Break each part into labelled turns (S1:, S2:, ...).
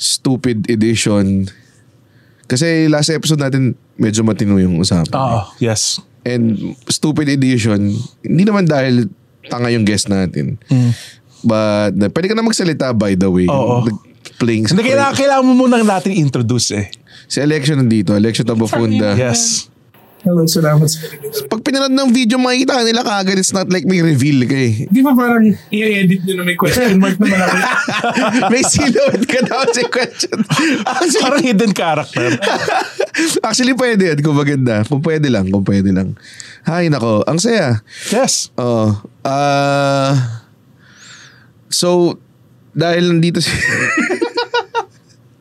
S1: stupid edition. Kasi last episode natin, medyo matino yung usapan.
S2: Oh, yes.
S1: And stupid edition, hindi naman dahil tanga yung guest natin. But, na- pwede ka na magsalita by the way.
S2: Mm. Oo.
S1: Playing
S2: Hindi, kailangan, kailangan mo muna natin introduce eh.
S1: Si Election nandito, Election
S2: Uh-huh.
S1: Tabafunda.
S2: Yes.
S3: Hello, salamat sa pag
S1: Pag pinanood ng video, makikita ka nila kaagad, it's not like may reveal ka eh.
S3: Di ba parang i-edit nyo na may question mark naman ako?
S1: may silhouette ka daw si question. Actually,
S2: Parang hidden character.
S1: Actually, pwede yan. Kung maganda. Kung pwede lang. Kung pwede lang. Hay, nako. Ang saya.
S2: Yes.
S1: Oo. Ah... so, dahil nandito si...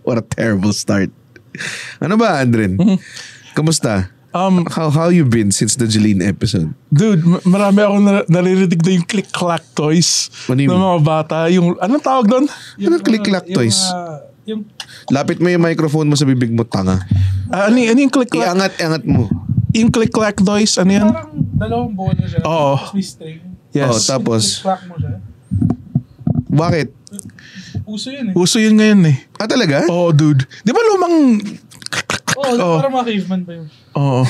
S1: What a terrible start. Ano ba, Andren? Kamusta?
S2: Hmm. Um,
S1: How, how you been since the Jeline episode?
S2: dude, ma- marami akong na- naririnig na yung click-clack toys
S1: What do you
S2: ng
S1: mean?
S2: mga bata. Yung, Ano anong tawag doon? uh,
S1: Ano click-clack toys? Lapit mo yung microphone mo sa bibig mo, tanga.
S2: Ah, ano, y- ano yung click-clack?
S1: Iangat, iangat mo.
S2: Yung click-clack toys, ano yan?
S3: Parang dalawang bola siya.
S2: Oo.
S3: tapos May string.
S1: Oh,
S2: Yes.
S1: tapos,
S3: Crack mo siya.
S1: bakit?
S3: Uso yun eh.
S2: Uso yun ngayon eh.
S1: Ah, talaga?
S2: Oh, dude. Di ba lumang...
S3: Oo, oh,
S2: Oo.
S3: parang mga caveman ba yun?
S2: Oo.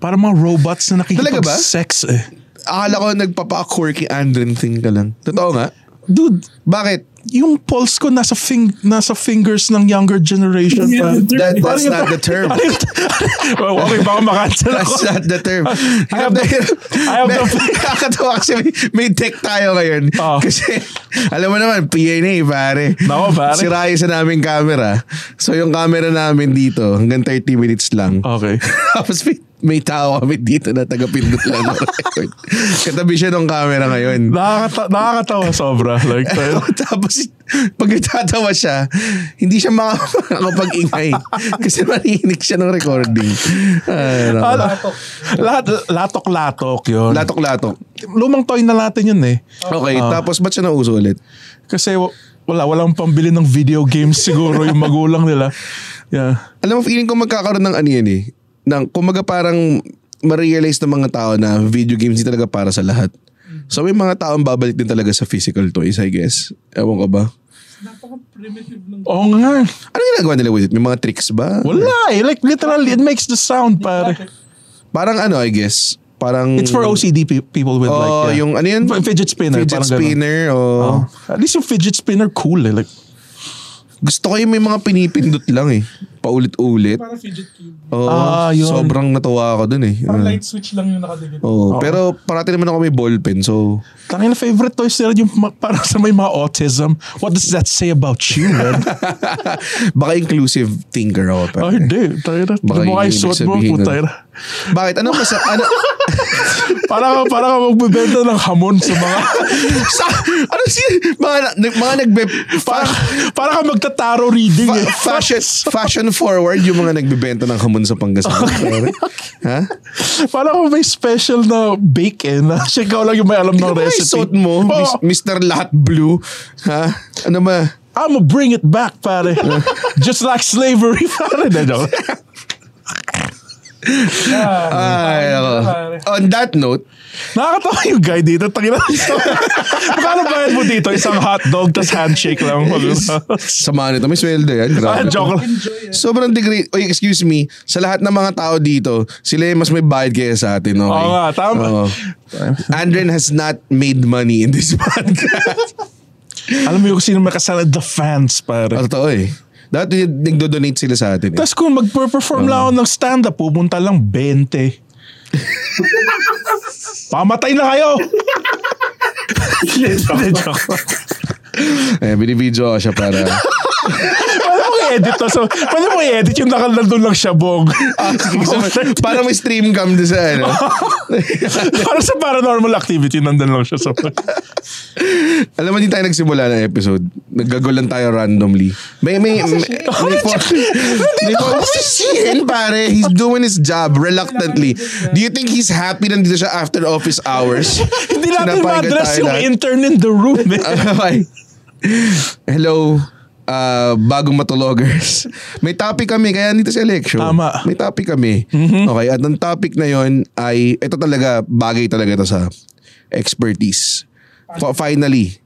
S2: Parang mga robots na
S1: Talaga ba?
S2: nakikipag-sex eh.
S1: Akala ko nagpapa-quirky Andren thing ka lang. Totoo nga?
S2: Dude,
S1: Bakit?
S2: yung pulse ko nasa fing nasa fingers ng younger generation pa.
S1: That, that's not the term.
S2: Ano yun? Well, okay, baka makancel ako.
S1: That's not the term.
S2: have the- I have the-
S1: Nakakatawa kasi may, may tech tayo ngayon.
S2: Oh.
S1: Kasi, alam mo naman, PNA, eh, pare.
S2: Nako, pare.
S1: Sira yung sa naming camera. So, yung camera namin dito, hanggang 30 minutes lang.
S2: Okay.
S1: Tapos, may, may tao kami dito na taga-pindot lang ng record. Katabi siya ng camera ngayon.
S2: Nakakata- nakakatawa sobra. Like, eh. tayo.
S1: Tapos, pag natatawa siya, hindi siya makakapag-ingay. kasi marinig siya ng recording. Ah, ano.
S2: latok. Latok-latok yun.
S1: Latok-latok.
S2: Lumang toy na natin yun eh.
S1: Okay, tapos ba't siya nauso ulit?
S2: Kasi wa- wala, walang pambili ng video games siguro yung magulang nila. Yeah.
S1: Alam mo, feeling ko magkakaroon ng ano yan eh. Ng, kumaga parang ma-realize ng mga tao na video games di talaga para sa lahat. So may mga taong babalik din talaga sa physical toys, I guess. Ewan ko ba?
S3: Napaka-primitive ng
S2: Oo nga.
S1: Ano ginagawa nila with it? May mga tricks ba?
S2: Wala eh. Like literally, it makes the sound pare.
S1: Parang ano, I guess. Parang...
S2: It's for OCD pe- people with like...
S1: Oh,
S2: yeah.
S1: yung ano yun?
S2: F- Fidget spinner.
S1: Fidget
S2: parang ganun.
S1: spinner. Oh.
S2: Oh. At least yung fidget spinner, cool eh. Like,
S1: Gusto ko yung may mga pinipindot lang eh. Paulit-ulit.
S3: parang fidget cube.
S1: Oo,
S2: Ah, yun.
S1: Sobrang natuwa ako dun eh.
S3: Parang light switch lang yung nakadikit.
S1: Oo, Pero parati naman ako may ballpen. So,
S2: tangin na favorite toys nila yung ma- parang sa may mga autism. What does that say about you, man?
S1: baka inclusive thinker ako. pero-
S2: oh, hindi. Tangin na.
S1: Baka
S2: Di mo
S1: yun
S2: kayo
S1: yung
S2: suot mo,
S1: sabihin nun.
S2: putay na.
S1: Bakit? Ano kasi? Ano?
S2: Parang, parang ka magbebenta ng hamon sa mga...
S1: sa, ano si mga nag- mga nagbe
S2: parang,
S1: fa-
S2: parang ka magtataro reading eh.
S1: fa- fashion fashion forward yung mga nagbebenta ng hamon sa Pangasinan. Ha?
S2: Parang ka may special na bake eh. Na siya ikaw lang yung may alam ng
S1: Ano ba yung
S2: recipe.
S1: suot mo?
S2: Oh,
S1: Mis- Mr. Lahat Blue. Ha? Ano ba?
S2: I'ma bring it back, pare. Just like slavery, pare. Hindi, joke.
S1: Ay, ako. On that note,
S2: Nakakatawa yung guy dito. Tangina. Paano bayad mo dito? Isang hotdog tas handshake lang.
S1: samahan nito. May sweldo yan.
S2: Ah,
S1: Grabe.
S2: joke lang.
S1: Sobrang degree, oy, excuse me, sa lahat ng mga tao dito, sila yung mas may bayad kaya sa atin, okay?
S2: Oo nga, tama.
S1: Oo. Andren has not made money in this podcast.
S2: Alam mo yung sino may kasala? The fans,
S1: Ah,
S2: pare.
S1: Totoo eh. Dati nagdo-donate sila sa atin. Eh.
S2: Tapos kung mag-perform lang ako
S1: Ah.
S2: ng stand-up, pupunta lang 20. Pamatay na kayo! Hindi, joke lang.
S1: Eh, binibidyo ako siya para
S2: Pwede mo i-edit to. So, pwede mo i-edit yung nakalandun lang siya, Bong.
S1: Ah, Parang may stream cam doon sa ano.
S2: Para sa paranormal activity, nandun lang siya. So,
S1: Alam mo, di tayo nagsimula ng episode. Naggagol lang tayo randomly. May, may, may, may, po, may po, Sheen, pare. He's doing his job reluctantly. Do you think he's happy nandito siya after office hours?
S2: hindi natin
S1: Sinapahigan
S2: ma-address
S1: tayo
S2: yung
S1: lahat. Ah.
S2: intern in the room. Eh.
S1: Ay. Hello, ah, bagong matulogers. May topic kami, kaya nito sa election.
S2: Tama. Mm-hmm.
S1: May topic kami. Okay, at ang topic na yon ay, ito talaga, bagay talaga ito sa expertise. F- finally.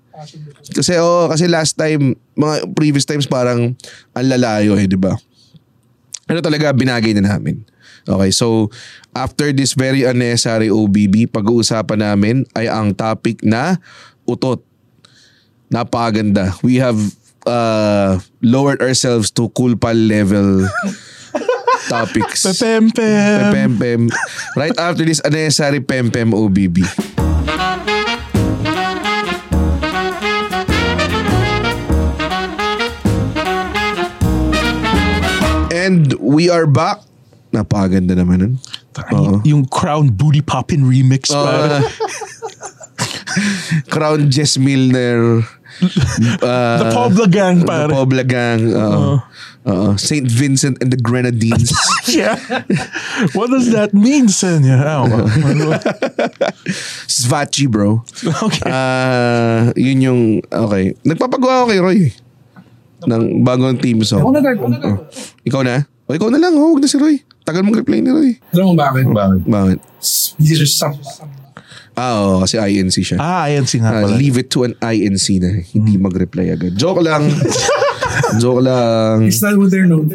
S1: Kasi oo, kasi last time, mga previous times parang ang lalayo eh, di ba? Ano talaga binagay na namin. Okay, so after this very unnecessary OBB, pag-uusapan namin ay ang topic na utot napakaganda. We have uh, lowered ourselves to kulpal level topics.
S2: Pepempe.
S1: Pempem. Right after this, unnecessary Pempem OBB. And we are back. Napakaganda naman nun. Oo.
S2: Yung Crown Booty Poppin remix.
S1: Uh,
S2: pare.
S1: Crown Jess Milner. Uh,
S2: the Pobla Gang,
S1: The
S2: pare.
S1: Pobla Gang. oo. Oo. St. Vincent and the Grenadines.
S2: Yeah. What does that mean, Senya?
S1: Svachi, bro.
S2: Okay.
S1: Ah, yun yung, okay. Nagpapagawa ko kay Roy. eh, Ng bagong team song.
S3: Ako nag- ako nag-
S1: Oh. Ikaw na? O ikaw na lang. Oh, huwag na si Roy. Tagal mong reply ni Roy.
S3: Alam mo bakit? Bakit?
S1: Bakit?
S3: These are some.
S1: Ah, oo. kasi INC siya.
S2: ah, ayan si
S1: Ah,
S2: nga pala. Hmm.
S1: leave it to an INC na hindi mag-reply agad. Joke lang. Joke lang.
S3: It's not what they're known.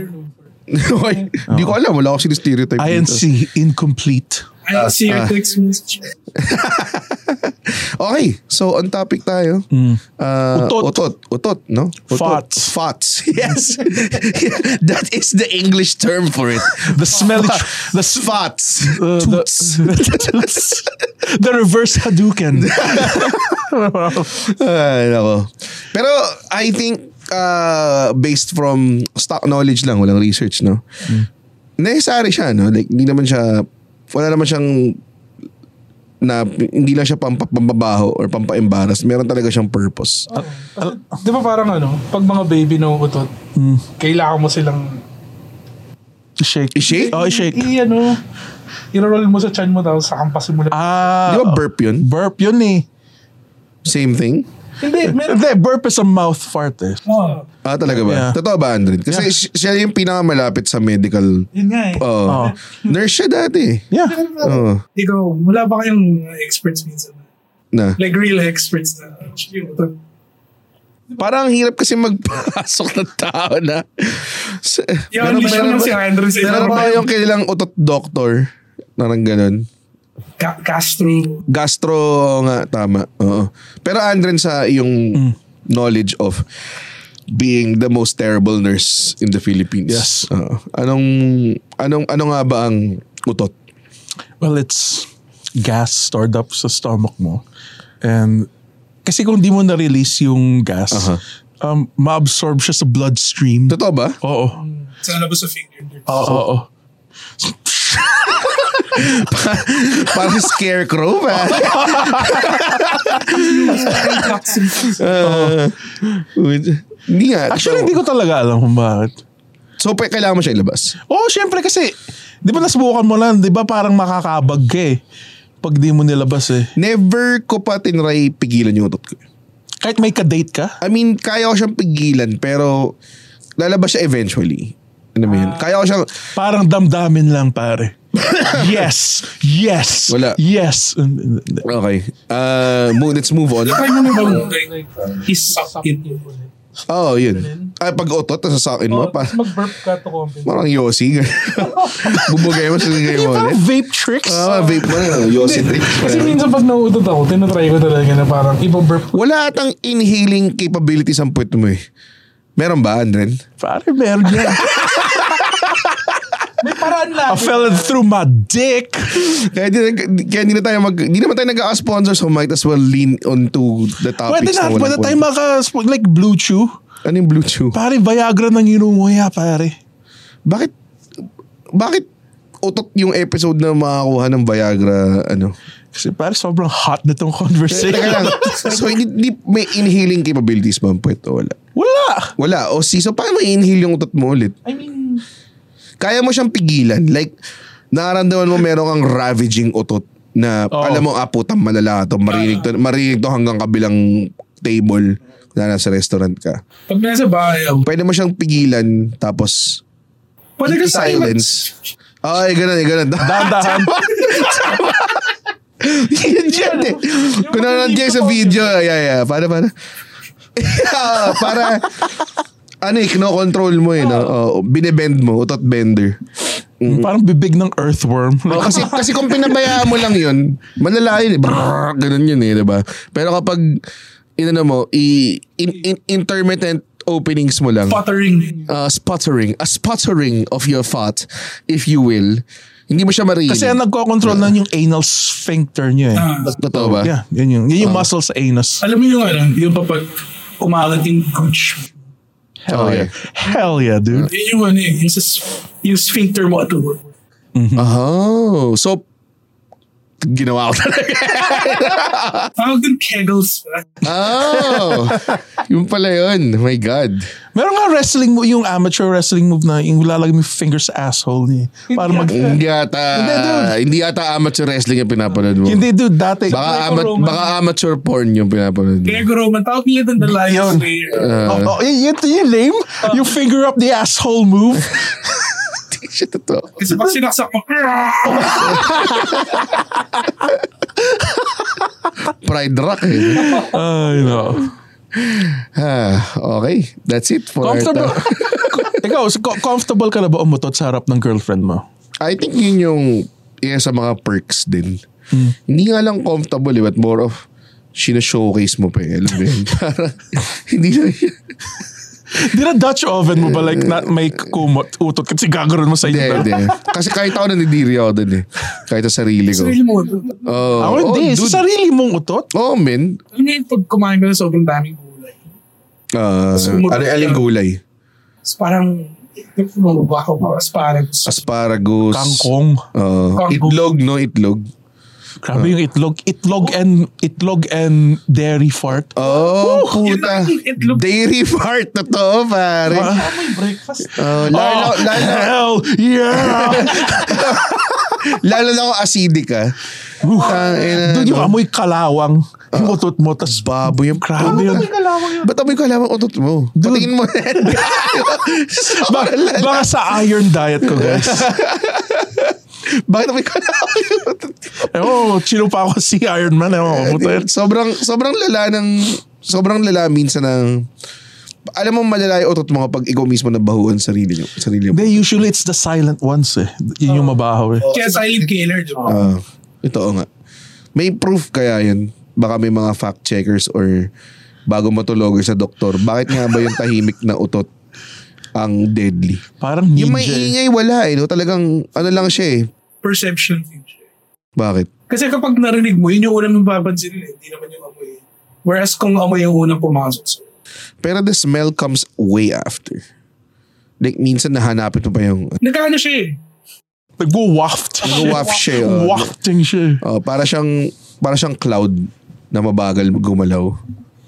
S1: Hoy, Hindi
S2: Ah.
S1: ko alam. Wala ako sinestereotype dito.
S2: INC, incomplete.
S3: I see
S2: Ah.
S3: your text message.
S1: Okay. So, on topic tayo.
S2: Hmm.
S1: Uh,
S2: Utot.
S1: Utot. Utot, no? Utot.
S2: Farts.
S1: Farts. Yes. That is the English term for it.
S2: The smelly...
S1: Fa-
S2: tr- the s-
S1: Farts.
S2: uh, the,
S1: Toots.
S2: the toots. The reverse Hadouken.
S1: Ay, Ah, nako. Pero I think uh, based from stock knowledge lang, walang research, no?
S2: Hmm.
S1: Necessary siya, no? Like, hindi naman siya, wala naman siyang na hindi lang siya pampa- pampabaho or pampa-embarrass. Meron talaga siyang purpose.
S2: Ah,
S3: Di ba parang ano, pag mga baby na utot,
S2: Hmm.
S3: kailangan mo silang
S2: shake.
S1: I-shake?
S2: Oh, shake.
S3: I-ano, i-roll mo sa chan mo tapos saka pa simula.
S2: Ah,
S1: Di ba burp yun?
S2: burp yun eh.
S1: Same thing?
S3: Hindi, meron.
S2: Hindi, burp is a mouth fart eh.
S3: Oh,
S1: Ah, talaga ba?
S2: Yeah.
S1: Totoo ba, Andrin? Kasi
S2: Yeah.
S1: si- siya yung pinakamalapit sa medical.
S3: yun nga eh.
S1: Oo.
S2: Oh.
S1: Nurse siya dati. Oh,
S2: Yeah.
S1: Oo.
S4: Ikaw, wala ba kayong uh, experts minsan?
S1: Na.
S4: Like real experts na actually yung utot.
S1: Parang ang hirap kasi magpasok ng tao na. S-
S4: Yeah, only siya lang si Andrew sa
S1: Meron
S4: inyo.
S1: ba kayong kailang utot doctor? Parang ganun.
S4: Ka- Castro.
S1: Gastro oo nga, tama. Oo. Pero Andren sa iyong
S2: Mm.
S1: knowledge of being the most terrible nurse in the Philippines.
S2: Yes.
S1: Oo. Anong, anong, ano nga ba ang utot?
S2: Well, it's gas stored up sa stomach mo. And kasi kung di mo na-release yung gas,
S1: Aha.
S2: um, ma-absorb siya sa bloodstream.
S1: Totoo ba?
S2: Oo.
S4: Sa labas sa finger.
S2: Oo. Oo.
S1: Parang scarecrow ba? Ah. Hindi nga. So-
S2: Actually, hindi ko talaga alam kung bakit.
S1: So, pe, kailangan mo siya ilabas.
S2: Oo, syempre kasi, di ba nasubukan mo lang, di ba parang makakabag ka eh. Pag di mo nilabas eh.
S1: Never ko pa tinry pigilan yung utot ko.
S2: Kahit may ka-date ka,
S1: I mean, kaya ko siyang pigilan, pero lalabas siya eventually. Ano mo yun? Kaya ko siyang,
S2: parang damdamin lang pare. yes! Yes!
S1: Wala.
S2: Yes! Hindi.
S1: okay, uh, mo- let's move on.
S4: Kaya mo na Ano ba like, isuck it?
S1: Oo, oh, yun. Ay, pag utot, nasasakin mo
S4: Oh.
S1: pa.
S3: tapos mag-burp ka to compensate.
S1: Parang yosi. Bubugay mo sa ngay mo
S2: Parang
S1: ulit.
S2: vape tricks.
S1: Ah, vape mo na. Yosi trip.
S3: Kasi minsan pag nauutot ako, tinatry ko talaga na parang ipa-burp ko.
S1: Wala atang inhaling capabilities ang puwet mo eh. Meron ba, Andren?
S2: pare, meron yan.
S3: May paraan
S2: I
S3: lang.
S2: fell through my dick.
S1: Kaya di, kaya di na tayo mag... Di naman tayo nag-a-sponsor so might as well lean onto the topics
S2: Pwede na,
S1: walang
S2: pwede tayo
S1: kwenta.
S2: maka, like Blue Chew.
S1: Ano yung Blue Chew?
S2: Pare, Viagra nang inom mo ya, pare.
S1: Bakit, bakit utot yung episode na makakuha ng Viagra, ano?
S2: Kasi pare, sobrang hot na tong
S1: Teka
S2: conversation.
S1: lang. So, hindi, hindi- may inhaling capabilities ba ang puwet o wala?
S2: Wala!
S1: Wala. O si, so paano may inhale yung utot mo ulit?
S3: I mean,
S1: Kaya mo siyang pigilan. Like, nararamdaman mo meron kang ravaging utot na
S2: Oo.
S1: alam mo, ah, putang malala to. Marinig to, marinig to hanggang kabilang table na nasa restaurant ka.
S4: Pag nasa bahay ako,
S1: Pwede mo siyang pigilan tapos
S4: pwede ka sa
S1: silence. Ay, ganun, eh, ganun.
S2: Dahan-dahan.
S1: Yun dyan eh. Kung nanonood kayo sa video, ay, ay, ay, para, para. Yeah, para, ano eh, kinokontrol mo eh, no? Oo, binebend mo, utot bender.
S2: Parang bibig ng earthworm.
S1: Mm. Oh, kasi kasi kung pinabayaan mo lang 'yun, malala 'yun. Eh. Brrr, ganun 'yun eh, 'di ba? Pero kapag inano mo, i, in, in- intermittent openings mo lang,
S4: Puttering.
S1: uh, sputtering, a sputtering of your thought, if you will, hindi mo siya marinig.
S2: Kasi ang nagkocontrol lang yung anal sphincter niyo eh.
S4: Ah.
S1: Totoo ba?
S2: Yeah, yun yung, yun
S1: Ah.
S2: yung muscle sa anus.
S4: Alam mo yung ano, yung kapag umalat yung gooch.
S2: Hell
S1: Okay.
S2: yeah. Hell yeah,
S1: Ah.
S2: dude.
S4: Yun yung ano eh, yung, sa, s- yung sphincter mo at work.
S1: Oh, so ginawa ko talaga.
S4: Tawag din kegels. ba?
S1: Oh, yung pala yun. My God.
S2: Meron nga wrestling mo, yung amateur wrestling move na yung lalagay mo yung finger sa asshole niya. eh. Para mag...
S1: Hindi ata,
S2: Hindi, dude.
S1: hindi ata amateur wrestling yung pinapanood mo.
S2: Hindi dude, dati.
S1: Baka, ama-
S4: Roman.
S1: baka amateur porn yung pinapanood mo.
S4: Grego Roman, tawag nila doon the Lion
S2: Yun.
S4: Slayer.
S1: Ah.
S2: oh, oh, y- yun, yun, lame. Yung finger up the asshole move.
S1: Shit, totoo.
S4: Kasi pag sinaksak mo, ah,
S1: Pride rock eh.
S2: Ay, no.
S1: Ah, okay, that's it for our
S2: Comfortable.
S1: time.
S2: Ikaw, so co- comfortable ka na ba umutot sa harap ng girlfriend mo?
S1: I think yun yung isa sa mga perks din.
S4: Hmm.
S1: Hindi nga lang comfortable eh, but more of sino-showcase mo pa eh. Alam mo yun? Parang, hindi na yun.
S2: Di na Dutch oven mo ba like na may kumot, utot kasi gagaroon mo sa
S1: Hindi,
S2: inyo?
S1: hindi. Kasi kahit ako nanidiri ako dun eh. Kahit sa sarili ko.
S4: sarili mo.
S1: Oh,
S2: Ako hindi.
S1: dude.
S2: Sa sarili mong utot?
S1: Oh, men.
S4: Alam mo yung pag kumain ka na sobrang daming gulay.
S1: Ah,
S4: Sumurot
S1: ano,
S4: ka.
S1: aling gulay?
S4: Tapos parang, lumabak ako mga asparagus.
S1: Asparagus.
S2: Kangkong.
S1: Oo.
S4: Kangkong.
S1: itlog, no? Itlog.
S2: Grabe yung itlog. Itlog and itlog and dairy fart.
S1: Oh, puta.
S4: itlog, itlog. Ah.
S1: Dairy fart. Totoo, pare.
S3: breakfast.
S1: Oh, lalo,
S2: Oh,
S1: lalo,
S2: hell yeah!
S1: lalo na kung acidic ah. Tang ina,
S2: Doon yung
S1: no?
S2: amoy kalawang. Yung utot mo, tas
S1: Baboy yung
S2: Grabe yun.
S1: Ba't amoy ko alam ang utot mo? Patingin mo.
S2: Ba- baka sa iron diet ko, guys.
S1: Bakit amoy ko alam yung utot
S2: Ewan ko, chino pa ako si Iron Man. Ewan ko, puta yun.
S1: Sobrang, sobrang lala ng, sobrang lala minsan ng, alam mo malala yung utot mo kapag ikaw mismo nabahuan sarili mo. Sarili mo.
S2: They usually it's the silent ones eh. Yun yung mabaho eh.
S1: Oh.
S4: Kaya silent killer, di ba?
S1: Ah, ito o nga. May proof kaya yun? Baka may mga fact checkers or bago matulog sa doktor. Bakit nga ba yung tahimik na utot ang deadly?
S2: Parang ninja.
S1: Yung may ingay wala eh. No? Talagang ano lang siya eh.
S4: Perception feature.
S1: Bakit?
S4: Kasi kapag narinig mo, yun yung unang mapapansin nila. eh. Hindi naman yung amoy. Whereas kung amoy yung unang pumasok sa'yo.
S1: Pero the smell comes way after. Like minsan nahanapin mo pa yung
S4: Nagkano siya eh.
S2: Nagwo-waft.
S1: Nagwo-waft siya, oh.
S2: Wafting siya. eh.
S1: Oh, para siyang para siyang cloud na mabagal gumalaw,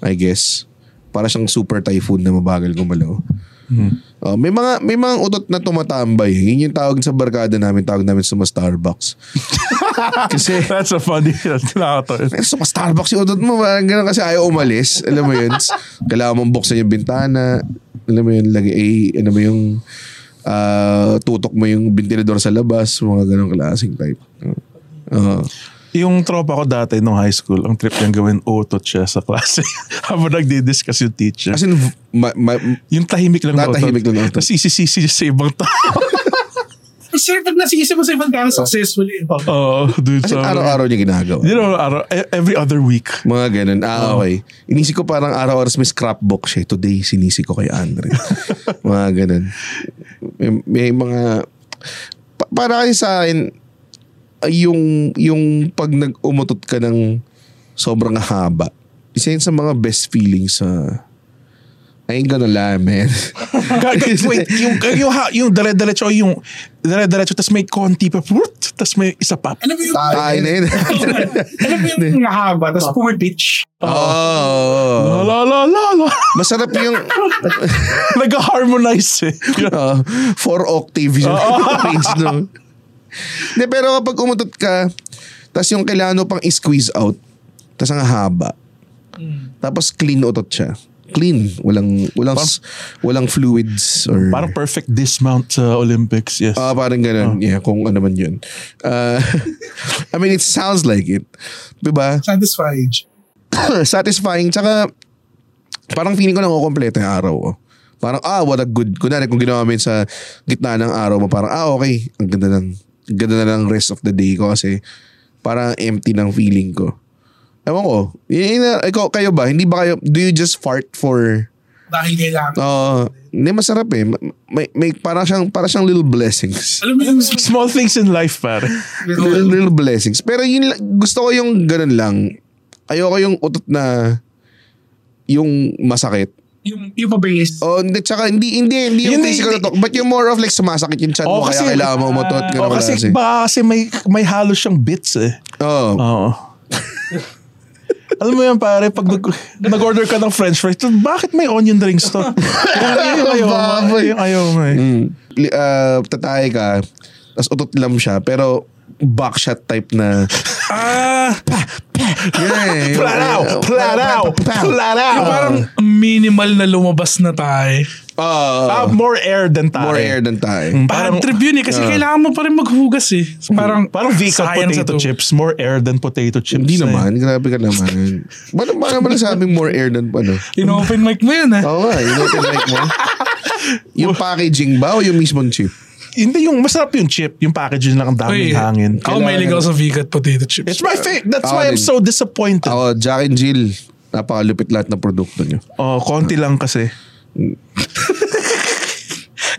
S1: I guess. Para siyang super typhoon na mabagal gumalaw. Oh, may mga may mga utot na tumatambay. Yun yung tawag sa barkada namin, tawag namin sa mga Starbucks. Kasi
S2: That's a funny. Nakakatawa.
S1: eh, so, Starbucks yung utot mo, parang ganun kasi ayaw umalis. Alam mo yun? Kailangan mong buksan yung bintana. Alam mo yun, lagi, eh, ano mo yung ah, tutok mo yung ventilador sa labas, mga ganong klaseng type. Oo.
S2: Yung tropa ko dati nung high school, ang trip niyang gawin, utot siya sa klase. Habang nagdi-discuss yung teacher.
S1: As in, ma- ma-
S2: yung tahimik lang na
S1: Tatahimik
S2: utot.
S1: lang na utot.
S2: Tapos isisisi siya sa ibang tao.
S4: Sir, pag nasisip mo sa ibang tao, successful eh.
S2: Oo, dude.
S1: Kasi
S2: sobrang-
S1: araw-araw niya ginagawa.
S2: You know, araw, e- every other week.
S1: Mga ganun. Ah, okay. Inisip ko parang araw-araw may scrapbook siya. Today, sinisi ko kay Andre. mga ganun. May, may mga... Pa- para kasi sa akin, ay, yung, yung pag nag-umutot ka ng sobrang haba, isa yun sa mga best feelings sa I ain't gonna lie, man.
S2: Ka- ka- Wait, yung, yung, ha- yung dire-diretso, yung dire-diretso, tas may konti pa, whoop, tas may isa pa.
S4: Alam mo yung...
S1: Tayo na yun.
S4: Alam mo yung nahaba, tapos pumipitch.
S1: Oo.
S2: La la la la.
S1: Masarap yung
S2: Nag-harmonize eh.
S1: Ah, four octaves yung page no. De, pero kapag umutot ka, tapos yung kailangan mo pang i-squeeze out, tapos ang haba. Tapos clean utot siya. Clean. Walang, walang, s- walang fluids or...
S2: Parang perfect dismount sa Olympics, yes.
S1: Ah, parang ganun. Yeah, kung ano man yun. Ah, I mean, it sounds like it. Diba?
S4: Satisfying.
S1: satisfying. Tsaka, parang feeling ko nang kukompleto yung araw ko. Parang, ah, what a good. Kunwari, kung ginawa mo yun sa gitna ng araw mo, parang, ah, okay. Ang ganda ng, ang ganda na ng rest of the day ko kasi parang empty ng feeling ko. Ewan ko. Y- yun na- ikaw, kayo ba? Hindi ba kayo, do you just fart for,
S4: Dahil kailangan.
S2: Oh.
S1: ah, hindi masarap eh. Ma- May, may parang siyang, parang siyang little blessings.
S4: Alam mo yung...
S2: Small things in life, pare.
S1: Little, little blessings. Pero yun, lang- gusto ko yung ganun lang. Ayoko yung utot na yung masakit.
S4: Yung, yung pabilis.
S1: Oh, hindi, tsaka hindi, hindi, hindi yung
S2: Hindi,
S1: physical na
S2: hindi.
S1: to. But yung more of like sumasakit yung chan
S2: Oo,
S1: mo kaya
S2: kasi-
S1: Ano kailangan mo umutot. Ganun Oh.
S2: Oh, kasi,
S1: kasi.
S2: ba, kasi may, may halo siyang bits eh.
S1: Oo.
S2: Oo. Alam mo yan pare, pag nag- nag-order ka ng french fries, "Tut, bakit may onion rings to? Yan yung ayaw mo.
S1: Baboy.
S2: Yung ayaw mo eh.
S1: Mm. Li- ah, tatay ka, tapos utot lam siya, pero backshot type na.
S2: Ah!
S1: Yeah, eh, yung-
S2: Plaraw! Plaraw! Plaraw!
S1: Yung
S4: Parang minimal na lumabas na tayo.
S1: Oo.
S2: Ah, more air than tayo.
S1: more air than tayo.
S4: Bad
S2: Parang,
S4: trip yun eh, kasi kailangan mo pa rin maghugas eh. So, Parang,
S2: parang Vika
S4: science
S2: potato
S4: na to.
S2: chips. More air than potato chips. eh.
S1: Hindi
S2: na yun.
S1: naman, grabe ka naman. Ba't ba naman nasabing more air than ano?
S4: In-open mic mo yun
S2: Oh,
S4: ah.
S1: Oo nga, yun yung like mo. Yung packaging ba o yung mismong chip?
S2: Hindi yung masarap yung chip, yung packaging lang ang daming
S4: Uy,
S2: hangin.
S4: Ako may ligaw sa Vicat potato chips.
S2: It's my favorite. That's
S1: Ako
S2: why I'm
S1: din.
S2: so disappointed.
S1: Ako, Jack and Jill, napakalupit lahat ng produkto nyo.
S2: Oh, konti lang kasi.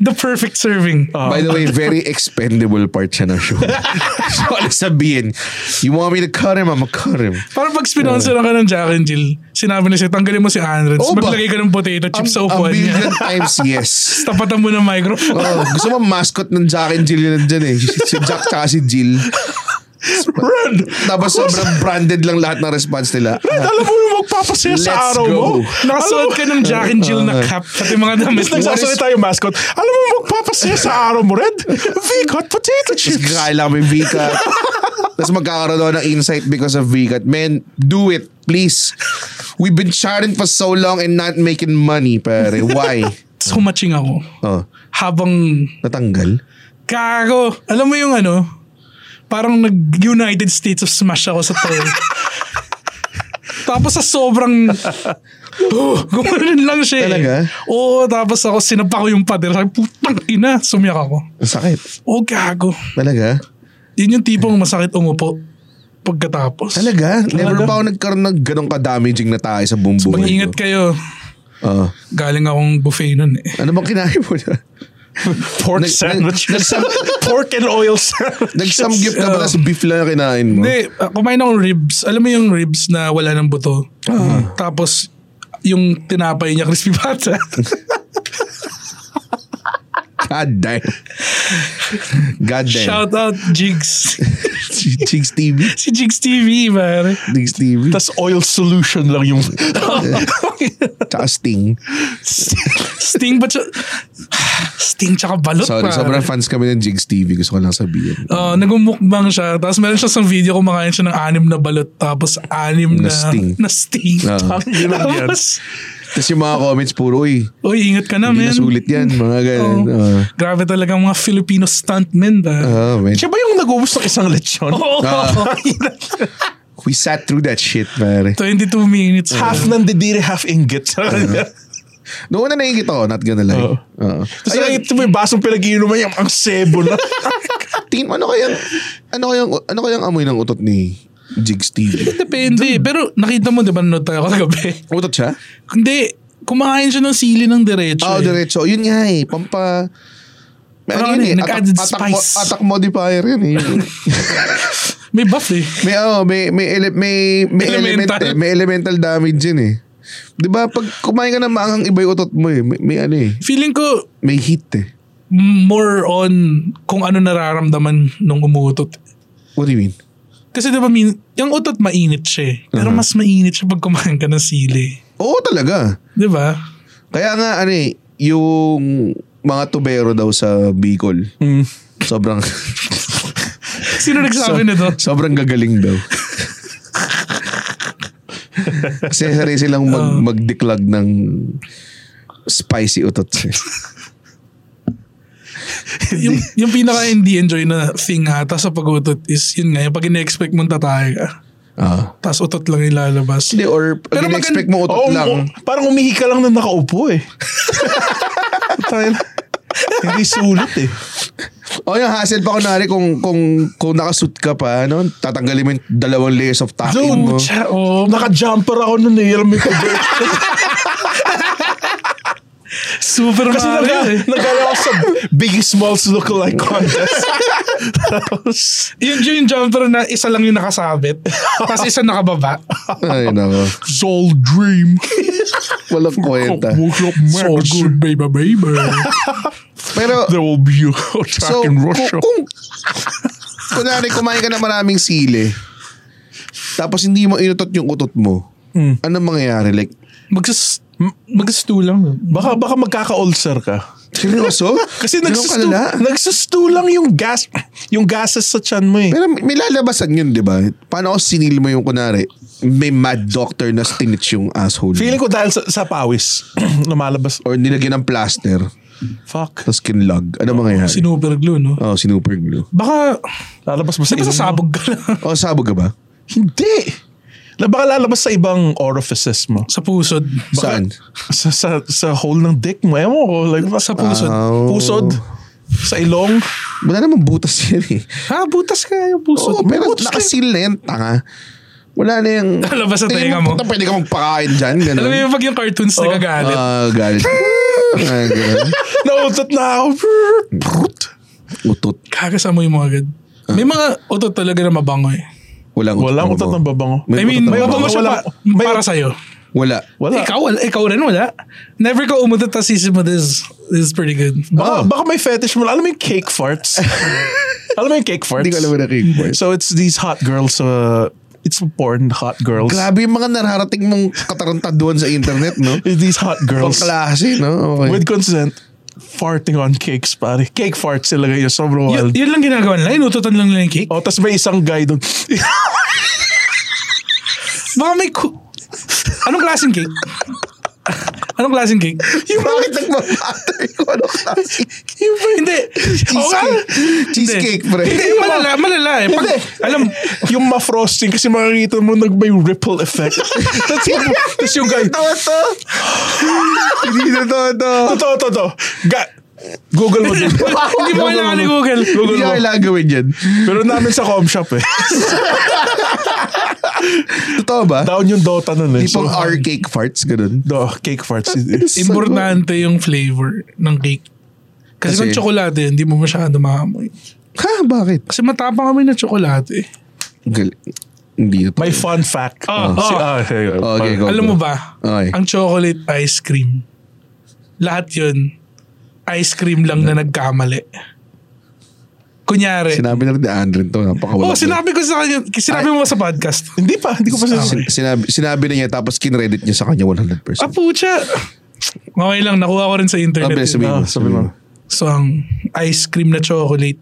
S4: The perfect serving.
S2: Oh.
S1: By the way, very expendable part siya ng show. so, ano sabihin? You want me to cut him? I'ma cut him.
S4: Parang pag spinonsoran ka ng Jack and Jill, sinabi na siya, tanggalin mo si Andres,
S2: Oh,
S1: Oo ba?
S4: maglagay ka ng potato chips sa
S1: Ang- Ang
S4: upuan
S1: billion
S4: niya.
S1: times, yes.
S4: Tapatan mo ng microphone.
S1: Oh, gusto mo mascot ng Jack and Jill yun nandyan eh. Si si Jack tsaka si Jill.
S2: Red!
S1: Tapos sobrang branded lang lahat ng response nila.
S2: Red, alam mo yung magpapasaya
S1: Let's
S2: sa araw
S1: go.
S2: mo.
S4: Nakasuot ka ng Jack and Jill na cap pati mga damit.
S2: Oh. Tapos nagsasalita yung mascot. Alam mo magpapasaya sa araw mo, Red? Vigot potato
S1: Tapos
S2: chips.
S1: kakain lang kami Vicat. Tapos magkakaroon ako ng insight because of Vicat. Man, do it, please. We've been charting for so long and not making money, pare. Why?
S4: Tapos kumatching ako.
S1: Oh,
S4: Habang
S1: natanggal?
S4: Kago. Alam mo yung ano? Parang nag-United States of Smash ako sa tour. tapos sa sobrang... Oh, gumanon lang siya. eh.
S1: Talaga?
S4: Oo, tapos ako sinapa ko yung pader. Sabi, putang ina. Sumiyak ako.
S1: Ang sakit.
S4: Oh, gago.
S1: Talaga?
S4: Yun yung tipong masakit umupo pagkatapos.
S1: Talaga? Never pa ako nagkaroon ng ganong ka-damaging na tayo sa buong buhay. ko.
S4: Mag-ingat kayo.
S1: Oo.
S4: Galing akong buffet nun eh.
S1: ano bang kinain mo na?
S2: Pork
S1: Nag-
S2: sandwich.
S1: nag- nagsam-
S2: Pork and oil sandwich.
S1: Nag-samgip ka ba
S4: Oh.
S1: tas beef lang ang kinain mo?
S4: Hindi, uh, kumain akong ribs. Alam mo yung ribs na wala ng buto.
S1: Ah.
S4: Tapos, yung tinapay niya, crispy pata.
S1: God damn. God damn.
S4: Shout out, Jigs.
S1: Chicks TV.
S4: si Jigs TV, man.
S1: Chicks TV.
S2: Tapos oil solution lang yung...
S1: Tsaka Sting.
S4: Sting, but Sting tsaka balot,
S1: Sorry,
S4: pare.
S1: sobrang fans kami ng Jigs TV. Gusto ko lang sabihin.
S4: Oo, nagumukbang siya. Tapos meron siya sa video kumakain siya ng anim na balot. Tapos anim
S1: Na
S4: na...
S1: sting. Ah.
S4: Na sting.
S1: Oo.
S2: Yun lang yan.
S4: Tapos,
S1: Tapos yung mga comments, puro, uy,
S4: uy, ingat ka na,
S1: hindi
S4: man.
S1: na sulit yan. Ah. Mga ganun.
S4: Oo.
S1: Oo.
S4: Grabe talaga ang mga Filipino stuntmen, ba?
S1: Oo, Oh, man.
S2: Siya ba yung nag-ubos ng isang lechon?
S4: Oo.
S1: We sat through that shit, pare.
S4: 22 minutes.
S2: half nandidiri, half inggit.
S1: Noong una naingit ako, not gonna lie. Ah.
S2: Oo.
S4: Oh.
S1: Oo.
S2: Tapos Ayun, ito mo yung basong pinag-iinuman yung ang sebo na.
S1: Tingin mo, ano kayang, ano kayang, ano kayang amoy ng utot ni Jigs TV?
S4: Depende. Pero nakita mo, di ba, nanood tayo kagabi?
S1: Utot siya?
S4: Hindi. Kumain siya ng sili ng diretso.
S1: Oo, oh,
S4: eh.
S1: diretso. Yun nga eh, pampa... May
S4: Parang ano eh, nag-added spice.
S1: Attack, attack modifier yun eh.
S4: May eh. buff eh.
S1: may, oh, may, may, ele, may, may elemental.
S4: Elemental.
S1: eh. May elemental damage yun eh. Di ba, pag kumain ka ng maanghang iba yung utot mo eh. May, may ano eh.
S4: Feeling ko,
S1: May heat eh.
S4: more on kung ano nararamdaman nung umuutot.
S1: What do you mean?
S4: Kasi diba, min- yung utot mainit siya eh. Pero mas mainit siya pag kumain ka ng sili.
S1: Oo talaga.
S4: Diba?
S1: Kaya nga ano eh, yung mga tubero daw sa Bicol. Sobrang
S4: Sino nagsabi
S1: so-
S4: nito?
S1: Sobrang gagaling daw. Kasi sarili silang
S2: Ah.
S1: mag, magdiklag ng spicy utot.
S4: yung, yung pinaka hindi enjoy na thing ata sa pag-utot is yun nga, yung pag ina-expect mong tatay ka,
S1: Ah.
S4: tapos utot lang ilalabas.
S1: Hindi, or pag
S4: Pero
S1: expect
S4: magan-
S1: mo utot
S2: Oo,
S1: lang.
S2: oo. parang umihi ka lang na nakaupo eh. Tayo na. Hindi sulit eh.
S1: O yung Oh, hassle pa kunwari kung, kung, kung nakasuit ka pa, ano, tatanggalin mo yung dalawang layers of tacking mo.
S2: Dude, tsa, oh, naka-jumper ako nun eh. Alam mo ko.
S4: Super
S2: Kasi
S4: Mario
S2: naga,
S4: eh.
S2: nagala ako sa Biggie Smalls lookalike contest. Tapos,
S4: Yun yung jumper na isa lang yung nakasabit, tapos isa nakababa.
S1: Ay, nako.
S2: it's all dream.
S1: Walang kwenta.
S2: Workshop
S4: So good, baby, baby.
S1: Pero,
S2: There will be a attack
S1: so, kung,
S2: in Russia.
S1: kung, kunwari, kumain ka na maraming sili, tapos hindi mo inutot yung utot mo,
S2: Hmm.
S1: anong mangyayari? Like,
S4: Magsas... Magsastu lang.
S2: baka, baka magkaka-ulcer ka.
S1: seryoso?
S2: Kasi
S1: Ganun
S2: nagsustu,
S1: kalala?
S2: nagsustu lang yung gas, yung gases sa chan mo eh.
S1: Pero may- may lalabasan yun, di ba? Paano kung sinil mo yung kunwari, may mad doctor na stinitch yung asshole. mo?
S2: Feeling ko dahil sa, sa pawis, lumalabas.
S1: Or nilagyan ng plaster,
S2: Fuck.
S1: tapos kinlog. Ano mangyayari?
S4: Sinuper glue, no?
S1: oh, sinuper glue.
S4: Baka,
S2: Lalabas ba sa
S4: di
S2: ilong mo?
S4: ba sasabog ka lang?
S1: Oh, sabog ka ba?
S2: Hindi. La, baka lalabas sa ibang orifices mo.
S4: sa pusod.
S1: Saan?
S2: Sa, sa, sa hole ng dick mo. Ewan ko. Like, sa pusod.
S1: Ah.
S2: Pusod. Sa ilong.
S1: Wala namang butas yan eh.
S4: Ha, butas ka
S1: Oo,
S4: yung pusod.
S1: pero
S4: May butas ka.
S1: nakasil na yan, tanga. Wala na yung...
S4: Lalabas sa
S1: Tingin
S4: tenga mo.
S1: puta, Pwede ka magpakain dyan, ganun.
S4: Alam mo yung pag yung cartoons nagagalit.
S1: Ah, galit. Ah, ganun.
S2: Nautot na ako. Prut.
S1: Utot.
S4: Kakasamoy mo agad. May mga utot talaga na mabango eh.
S1: Walang utot.
S2: Walang
S1: na
S2: utot
S1: mabango.
S2: ng babango.
S1: May
S4: I mean,
S1: utot na
S4: may
S2: mabango.
S4: mabango siya
S2: Wala-
S4: pa,
S2: may-
S4: para sa'yo.
S1: Wala.
S2: Wala.
S4: Ikaw, wala- ikaw rin wala. Never ka umutot tas isip mo this, this is pretty good.
S2: Baka, baka may fetish mo. lang. Alam mo yung cake farts? alam mo yung cake farts?
S1: Hindi ko alam na cake boys.
S2: So it's these hot girls. Uh, it's porn hot girls.
S1: Grabe yung mga nararating mong katarantaduan sa internet, no?
S2: It's these hot
S1: Ang
S2: girls.
S1: klase, no? Okay.
S2: With consent. Farting on cakes, pare. Cake farts sila ngayon. Sobrang
S4: Y-
S2: wild.
S4: yun lang ginagawa nila. Inutotan lang nila yung cake.
S2: Oh, tas may isang guy doon.
S4: Baka may ku- Anong klaseng cake? Anong klaseng cake?
S1: yung bakit nagmamatter yung ano klase?
S4: Hindi. Oo nga.
S1: Cheesecake. Cheesecake, pre.
S4: Hindi, malala, malala eh. Pag, alam,
S2: yung ma-frosting kasi makikita mo nag may ripple effect. Tapos yung, tas yung guy,
S1: Tawa to. Hindi na to, to.
S2: totoo, totoo. Ga- Google mo din.
S4: hindi mo kailangan ni Google.
S1: Hindi ka kailangan gawin yan.
S2: Pero namin sa com shop eh.
S1: Totoo ba?
S2: Down yung Dota nun eh.
S1: Tipong
S2: So,
S1: R cake farts, ganun.
S2: Do, cake farts.
S4: Importante yung flavor ng cake. Kasi,
S1: Kasi-
S4: kung tsokolate, hindi mo masyado maamoy.
S1: Ha? Bakit?
S4: Kasi matapang kami ng tsokolate.
S1: Gal- Hindi na to.
S2: May fun fact.
S4: Ah,
S2: Si-
S4: ah.
S2: ah, okay,
S1: Oh, Okay, go.
S4: Alam mo ba,
S1: Okay.
S4: ang chocolate ice cream, lahat yun, ice cream lang na nagkamali. Kunyari,
S1: Sinabi na rin ni Andren to. Napakawala.
S4: oh, sinabi ko sa kanya, sinabi mo ba sa podcast.
S2: Hindi pa, hindi ko pa sinasabi.
S1: Sin- sinabi, sinabi na niya tapos kinredit niya sa kanya 100%.
S4: Ah, pucha. Okay lang, nakuha ko rin sa
S1: Ah,
S4: internet.
S1: bilis,
S4: yun.
S1: sabihin mo.
S2: Ah, sabi mo.
S4: So, ang ice cream na chocolate,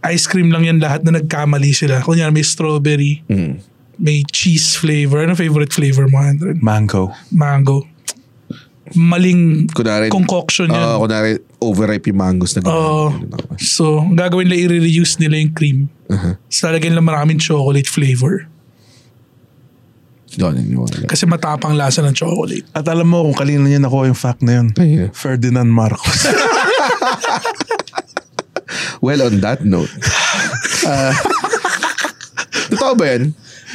S4: ice cream lang yan lahat na nagkamali sila. Kunyari, may strawberry,
S2: Mm.
S4: may cheese flavor. Ano favorite flavor mo, Andren?
S2: Mango.
S4: Mango. Maling
S1: Kunwari,
S4: concoction yan.
S1: Oo, Ah, kunwari, overripe yung mangoes na ganun.
S4: Oo. So, ang gagawin nila, i-reuse nila yung cream.
S1: Uh-huh.
S4: uh lalagyan nila maraming chocolate flavor.
S1: Ganun yung wala.
S4: Kasi matapang lasa ng chocolate.
S2: At alam mo kung kanina niya nakuha yung fact na yun.
S1: Ay, yeah.
S2: Ferdinand Marcos.
S1: Well, on that note. ah, totoo ba yan?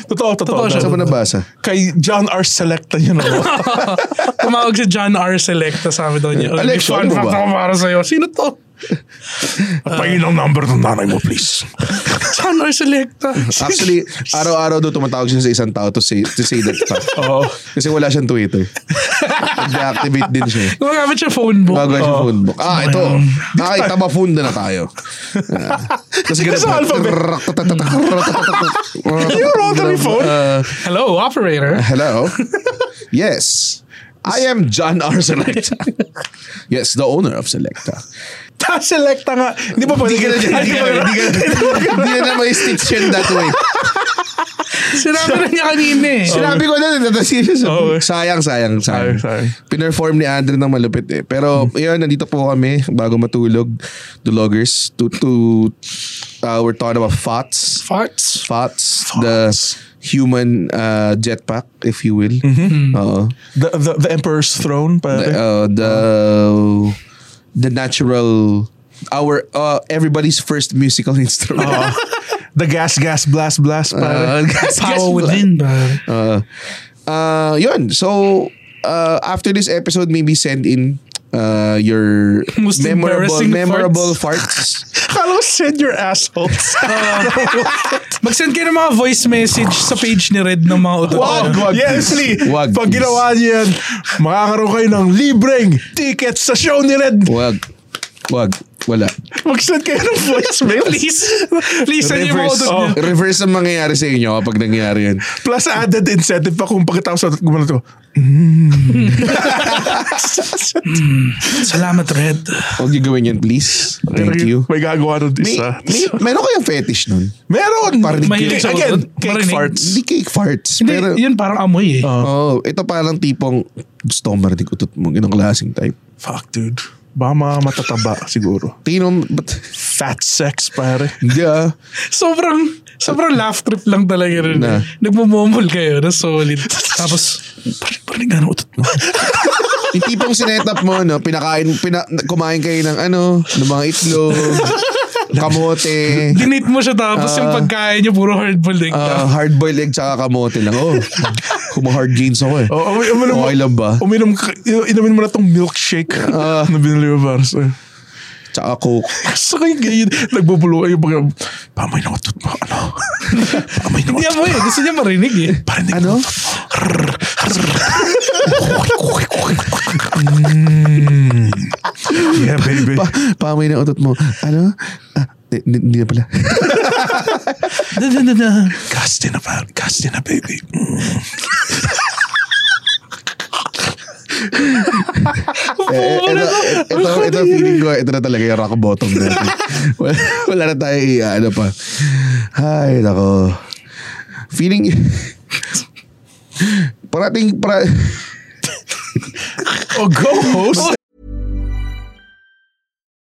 S2: totoo, totoo.
S4: Totoo siya.
S1: Saan mo nabasa?
S2: Kay John R. Selecta yun ano? ako.
S4: Tumawag si John R. Selecta, sabi daw niya.
S1: Alex,
S4: Alex, fun
S1: ano
S4: fact
S1: ba?
S4: ako para sa'yo. Sino to?
S2: Pahingin ang number ng nanay mo, please.
S4: Sana selecta.
S1: Actually, araw-araw daw tumatawag siya sa isang tao to say, to say that stuff.
S2: Oo.
S1: Kasi wala siyang Twitter. Nag-deactivate din siya.
S4: Gumagamit siya phone book.
S1: Bago siya phone book. Ah, ito. Ay, taba phone na na tayo. Ah. Tapos ganun
S2: Sa
S1: po.
S2: alphabet. Yung rotary phone.
S1: Ah,
S4: Hello, operator.
S1: hello? Yes. I am John R. Selecta. yes, the owner of Selecta.
S2: Ta Ah, selecta nga. Hindi pa pwede.
S1: Hindi ka na Hindi
S2: Ay,
S1: ka na Hindi ka na may stitch yun that way.
S4: Sinabi na niya kanina eh.
S1: Sinabi ko na, natasisya sa
S2: Oo.
S1: Sayang, sayang, sayang.
S2: Sayang, sayang.
S1: Pinerform ni Andre ng malupit eh. Pero yun, nandito po kami bago matulog. The loggers. To, to, uh, we're talking about FOTS.
S4: Farts.
S1: FOTS. The human uh, jetpack, if you will. Oo.
S2: The, the, the Emperor's Throne,
S1: The,
S2: pare.
S1: uh, the, Uh-huh. the natural... Our uh, everybody's first musical instrument.
S2: the Gas Gas Blast Blast,
S1: Uh,
S2: pare.
S1: gas,
S4: Power
S1: gas,
S4: within, ba?
S1: Uh, uh, yun. So, uh, after this episode, maybe send in uh, your
S4: Most
S1: memorable,
S4: embarrassing
S1: memorable farts.
S2: Akala ko send your assholes.
S1: Ah.
S4: Mag-send kayo ng mga voice message sa page ni Red ng mga utot.
S1: Wag, wag,
S2: Oh, yes,
S1: please.
S2: Lee.
S1: Wag,
S2: Pag
S1: please.
S2: ginawa niyo yan, makakaroon kayo ng libreng tickets sa show ni Red.
S1: Wag. Wag. Wala.
S2: Mag-send kayo ng voicemail.
S4: Please. Please, send yung mga
S1: Reverse.
S4: utot
S1: Oh,
S4: niyo.
S1: reverse ang mangyayari sa inyo kapag nangyayari yan.
S2: Plus added incentive pa kung pagkatapos gumano to.
S4: Salamat, Red.
S1: Huwag niyo gawin yan, please. Thank you.
S2: May gagawa nun
S1: May,
S2: isa.
S1: may, meron kayang fetish nun?
S2: Meron!
S1: Parinig
S4: Mahilig
S2: Cake-
S4: sa
S2: again,
S4: utot.
S2: cake
S4: Marinig.
S2: farts.
S1: Hindi cake farts.
S4: Hindi,
S1: pero,
S4: yun parang amoy eh.
S1: oh, ito parang tipong gusto ko marinig utot mo. Ganong klaseng type.
S2: Fuck, dude. Baka mga matataba siguro.
S1: Tingin mo, but,
S2: Fat sex, pare.
S1: hindi ah.
S4: Sobrang, sobrang laugh trip lang talaga rin.
S1: Na.
S4: Na. Nagmumumol kayo na solid. Tapos, parang, parang nga ng utot mo.
S1: Yung tipong sinetap mo, no, pinakain, pina, kumain kayo ng ano, ng mga itlog, kamote,
S4: Dinate mo siya tapos yung
S2: Ah.
S4: pagkain niya puro hardball egg.
S1: uh, hard-boiled egg tsaka kamote lang. Oh, kuma-hard gains ako eh.
S2: Oh, umi- uminom,
S1: Okay lang ba?
S2: Uminom, ka- inumin mo na tong milkshake
S1: Ah.
S2: na binili mo para sa...
S1: Tsaka coke.
S2: Gusto ko yung ganyan. Nagbubulo kayo. Pag, pamay na utot mo. Ano? pamay na
S4: Hindi
S2: utot
S4: amoy eh. Gusto niya marinig eh.
S2: Parinig
S1: Ano?
S2: ng utot mo. Rrr, rrr. Mm. Yeah, baby.
S1: Pa, pamay na utot mo. Ano? Ah, di- di- Hindi na pala.
S4: Da, da, da, da.
S2: Cast in a, pa- cast in a baby. Mm.
S1: Eh, eh, ito, ito, ito, feeling ko, ito na talaga yung rock bottom natin. wala, wala na tayo i- ano pa. Ay, nako. Feeling, parating, para,
S2: Oh, go host.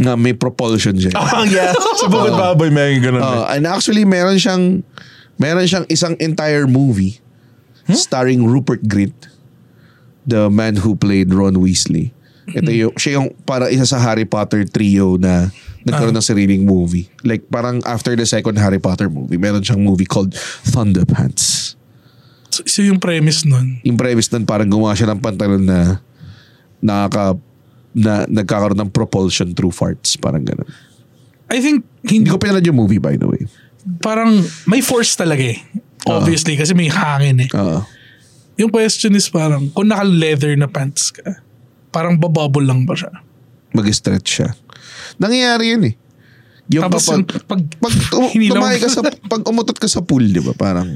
S1: na may propulsion siya.
S2: Oh, yeah. Sa bukod baboy, may ganun.
S1: Uh, and actually meron siyang meron siyang isang entire movie starring Rupert Grint, the man who played Ron Weasley. Ito yung, siya yung para isa sa Harry Potter trio na nagkaroon ng sariling movie. Like parang after the second Harry Potter movie, meron siyang movie called Thunderpants.
S4: So, so yung premise nun.
S1: Yung premise nun parang gumawa siya ng pantalon na nakaka na nagkakaroon ng propulsion through farts. Parang ganun.
S4: I think,
S1: Hindi
S4: hindi,
S1: ko pinanood yung movie by the way.
S4: parang may force talaga eh.
S2: Ah.
S4: Obviously, kasi may hangin eh.
S1: Oo.
S4: Yung question is parang, kung naka-leather na pants ka, parang babubble lang ba siya?
S1: mag-stretch siya. Nangyayari yun eh. Yung
S4: Tapos
S1: kapag,
S4: yung pag,
S1: pag tum-
S4: hinilaw-
S1: tumahi ka sa, pag umutot ka sa pool, di ba? Parang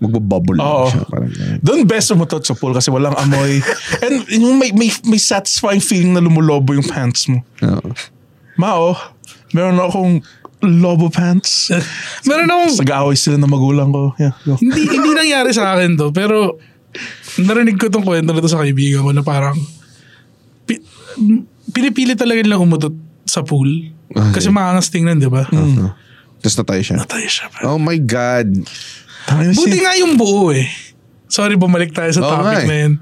S1: magbabubble lang
S2: Oo.
S1: siya. Parang, ganun.
S2: Doon best umutot sa pool kasi walang amoy. And yung may, may, may satisfying feeling na lumulobo yung pants mo.
S1: Oo.
S2: Mao, meron akong lobo pants.
S4: Meron akong,
S2: Nag-aaway sila ng magulang ko. Yeah, go.
S4: hindi, hindi nangyari sa akin to, pero narinig ko tong kwento na to sa kaibigan ko na parang pi, m- pinipili talaga nilang umutot sa pool.
S1: Okay. Mm-hmm.
S4: Kasi maangas tingnan, di ba?
S1: No. Tapos natay siya.
S4: Tayo siya. pre.
S1: Oh my God.
S2: Tangina,
S4: Buti
S2: si-
S4: nga yung buo eh. Sorry, bumalik tayo
S1: Oo
S4: sa
S1: nga eh.
S4: topic na yun.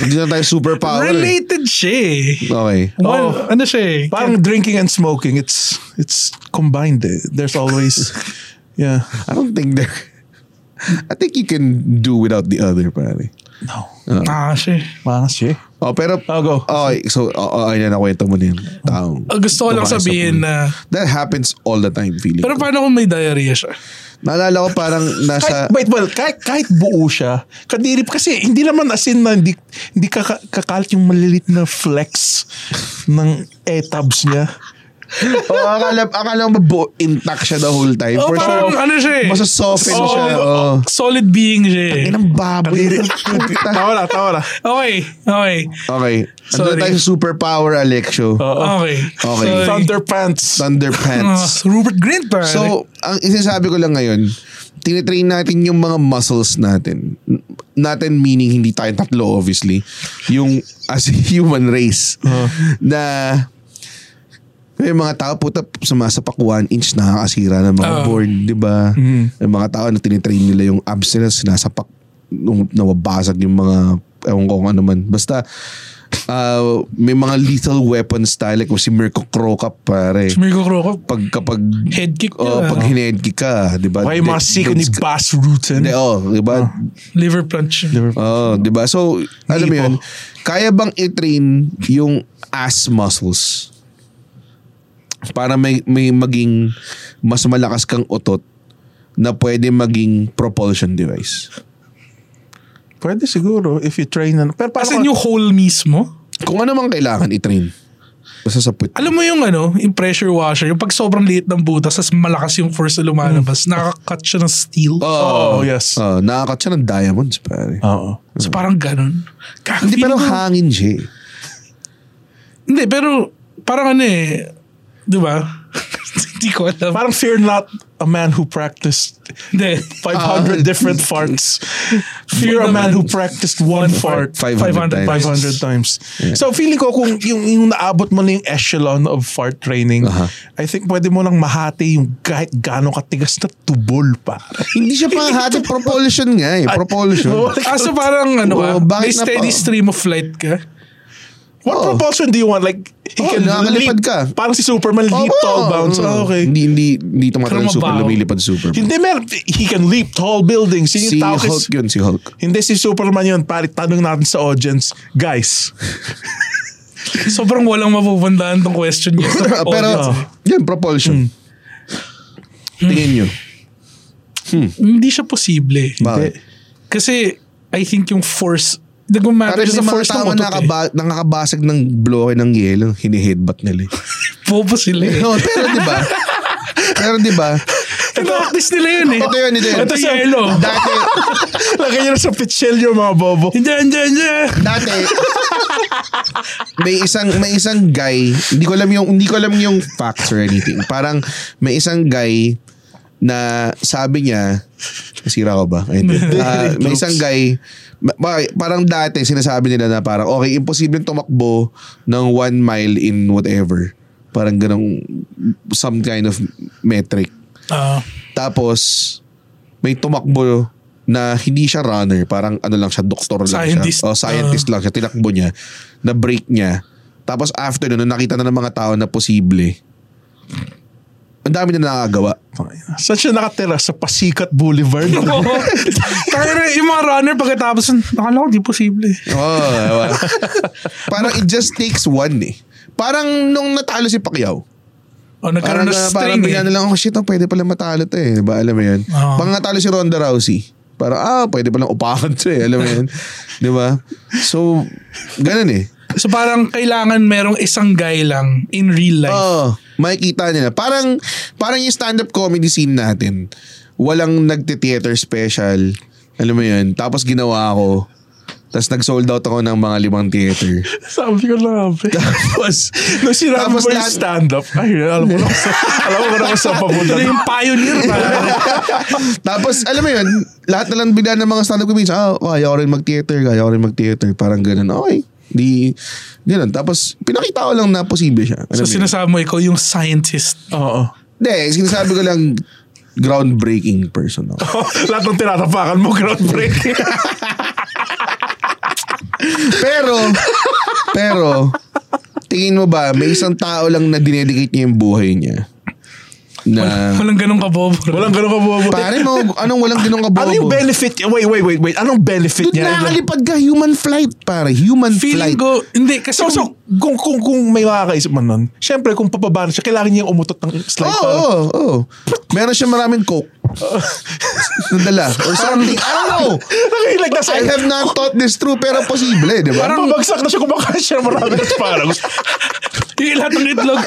S1: Hindi na tayo superpower. eh.
S4: Related siya eh.
S1: Okay.
S4: Well, ano siya eh.
S2: Parang drinking and smoking, it's it's combined. eh. There's always, yeah.
S1: I don't think there... I think you can do without the other, pare.
S2: No.
S4: Ah, siya.
S2: Maangas siya. eh.
S1: Oh, pero...
S2: Oh, go.
S1: Okay, so, oh, okay na nakwento mo na yun. Taong.
S4: Ah, Gusto ko lang
S1: babae sa
S4: sabihin
S1: pool.
S4: na,
S1: That happens all the time, feeling
S4: pero
S1: ko.
S4: paano kung may diarrhea siya?
S1: Naalala ko parang nasa...
S2: Kahit, wait, well, kahit, kahit buo siya, kadiri kasi hindi naman as in na hindi, hindi kaka- kakalat yung malilit na flex ng etabs niya.
S1: oh, akala, akala mo bu- intact siya the whole time.
S4: Oh, parang ano siya eh.
S1: Masasoften
S4: Oo,
S1: siya. Oh.
S4: Solid being siya eh.
S1: Inang baboy.
S2: tawa na, tawa na.
S4: Okay, okay.
S1: okay. Andun
S4: Sorry. Oh.
S1: tayo sa superpower, Alexio.
S4: Okay.
S1: Okay.
S4: Sorry.
S2: Thunderpants.
S4: Ah,
S1: Thunderpants.
S4: Rupert Grint pa.
S1: So, ang isasabi ko lang ngayon, tinitrain natin yung mga muscles natin. N- Natin meaning hindi tayo tatlo obviously. Yung as a human race. Na may mga tao puta sumasapak one inch nakakasira ng mga
S4: Ah.
S1: board, di ba? Yung mga tao na tinitrain nila yung abs nila sinasapak nung nawabasag yung mga ewan ko kung ano man. Basta ah, may mga lethal weapons tayo like si Mirko Crocop pare
S4: Mirko Kroko,
S1: pag kapag
S4: Head kick ah.
S1: oh,
S4: niya.
S1: pag hined kick ka, 'di ba?
S2: Okay, yung mga
S1: Dead-
S2: siko
S1: dead
S2: ni
S1: sc-
S2: Bass eh? Rutten.
S1: Hindi, oh, 'di ba?
S4: liver punch.
S1: Oh, 'di ba? So, alam mo
S2: Hindi
S1: 'yun.
S2: po.
S1: Kaya bang i-train yung ass muscles? Para may may maging mas malakas kang otot na pwede maging propulsion device.
S2: Pwede siguro if you train. na- Pero paano
S4: As
S2: ka-
S4: in yung hole mismo.
S1: Kung ano mang kailangan i-train. Basta sa put.
S4: Alam mo yung ano, yung pressure washer, yung pag sobrang liit ng butas, tas malakas yung force na lumalabas, nakaka-cut siya ng steel.
S2: Oh,
S1: Hmm.
S2: yes. Ah,
S1: Oh, nakakat siya ng diamonds, pare.
S2: Oo.
S4: So parang ganun. Kaka-
S1: Hindi, pero
S4: feeling ko-
S1: hangin siya. eh.
S4: Hindi, pero parang ano eh, di ba? Hindi ko alam.
S2: Parang fear not a man who practiced
S4: Hindi.
S2: 500 different farts. Fear a man who practiced one fart
S1: 500 times.
S2: 500 times. So feeling ko kung yung, yung naabot mo na yung echelon of fart training,
S1: Aha.
S2: I think pwede mo lang mahati yung kahit gano'ng katigas na tubol pa.
S1: Hindi siya pangahati propulsion nga eh. Propulsion.
S4: Kaso parang ano ka,
S1: Oh, bakit
S4: may
S1: na-
S4: steady stream of flight ka.
S2: What
S1: Oo.
S2: propulsion do you want? Like, he
S1: Oo,
S2: can
S1: nakakalipad
S2: leap.
S1: ka. Oh,
S2: Parang si Superman,
S1: Oo.
S2: leap,
S1: Mm.
S2: tall, bounce. Ah, okay.
S1: Hindi, hindi, hindi tumatalo
S4: Pero
S1: super,
S4: mabaho.
S1: lumilipad super.
S2: Hindi, mer he can leap tall buildings. Yun yung
S1: Si
S2: tao kasi-
S1: Hulk yun, si Hulk.
S2: Hindi si Superman yun. Pare, tanong natin sa audience. Guys,
S4: Sobrang walang mapupuntahan tong question niya. sa
S1: Pero,
S4: audience.
S1: yun, propulsion.
S2: Hmm.
S1: Tingin nyo.
S4: hindi siya posible.
S1: Bakit?
S4: Kasi I think yung force, nagmamatter
S1: Parang
S4: siya
S1: sa
S4: sa
S1: mga
S4: force ng
S1: tao
S4: utot eh.
S1: nakaba- nakakabasag ng bloke ng yelo, hini-headbutt nila. eh.
S4: Bobo sila eh.
S1: No, pero di ba? pero di ba?
S4: Practice nila yun eh.
S1: Ito yun, ito yun.
S4: Ito sa yelo.
S1: Dati,
S2: lagay nyo na sa pitchelyo mga bobo.
S4: Hindi, hindi, hindi.
S1: dati, may isang may isang guy, hindi ko alam yung hindi ko alam yung facts or anything. Parang may isang guy na sabi niya, nasira ko ba? Ay, hindi. Ah, may isang guy, ma- ma- parang dati sinasabi nila na parang, okay, imposible tumakbo ng one mile in whatever. Parang ganong some kind of metric.
S4: Ah,
S1: Tapos, may tumakbo na hindi siya runner. Parang ano lang siya, doktor lang
S4: Scientist.
S1: siya. O, scientist lang siya. Tinakbo niya. Na-break niya. Tapos after nun, nung nakita na ng mga tao na posible. Ang dami na nakagawa.
S2: Saan siya nakatira? Sa Pasikat Boulevard?
S4: Oo. Kaya yung mga runner pagkatapos, nakala ko di posible. eh.
S1: Oo, diba? Parang it just takes one eh. Parang nung natalo si Pacquiao.
S4: O Oh,
S1: Parang,
S4: nagkaroon ng
S1: uh, parang
S4: string
S1: bigla na
S4: eh.
S1: lang, oh shit, oh, pwede pala matalo to eh. Diba, alam mo yun?
S4: Oo.
S1: Pag natalo si Ronda Rousey, parang, ah, pwede palang upakan to eh. Alam mo yun? diba? So, ganun eh.
S4: So parang kailangan merong isang guy lang in real life.
S1: Oo, makikita nila. Parang, parang yung stand-up comedy scene natin, walang nagte-theater special. Alam mo yun? Tapos ginawa ako Tapos nag-sold out ako ng mga limang theater.
S2: Sabi ko lang, abe.
S1: Tapos,
S2: Nung sinabi
S1: Tapos
S2: mo yung
S1: lahat-
S2: stand-up, ay, alam mo lang, sa, alam mo lang sa papunta.
S4: Ito yung pioneer pa.
S1: Tapos, alam mo yun, lahat na lang bigla ng mga stand-up comedians, ah, kaya ko rin mag-theater, kaya ko rin mag-theater. Parang ganun, okay. Di, ganun. Tapos, pinakita ko lang na posible siya. Alam mo
S4: so
S1: yun.
S4: sinasabi mo, ikaw yung scientist.
S2: Oo.
S1: Hindi, sinasabi ko lang, groundbreaking person ako.
S2: Lahat ng tinatapakan mo, groundbreaking.
S1: Pero, pero, tingin mo ba, may isang tao lang na dinedicate niya yung buhay niya? Na,
S4: Walang ganun ka, Bob.
S2: Walang ganun ka bumabuti.
S1: pare mo, anong walang ganun kabobo?
S2: Ano yung benefit? Wait, wait, wait, wait. Anong benefit
S1: Dude,
S2: niya?
S1: nakakalipad ka, human flight, pare. Human flight.
S4: Feeling ko, hindi, kasi
S2: So, so, kung, kung, kung may makakaisip man nun, syempre kung pababa na siya, kailangan niya umutot ng slide.
S1: Oo,
S2: para-
S1: oo, oo. Meron siya maraming coke. Nadala. Or something. I don't know.
S2: Nakikilag na sa
S1: I have not thought this through, pero posible, di ba?
S2: Parang babagsak na siya kumakain siya ng marami na parang
S4: yung lahat ng itlog,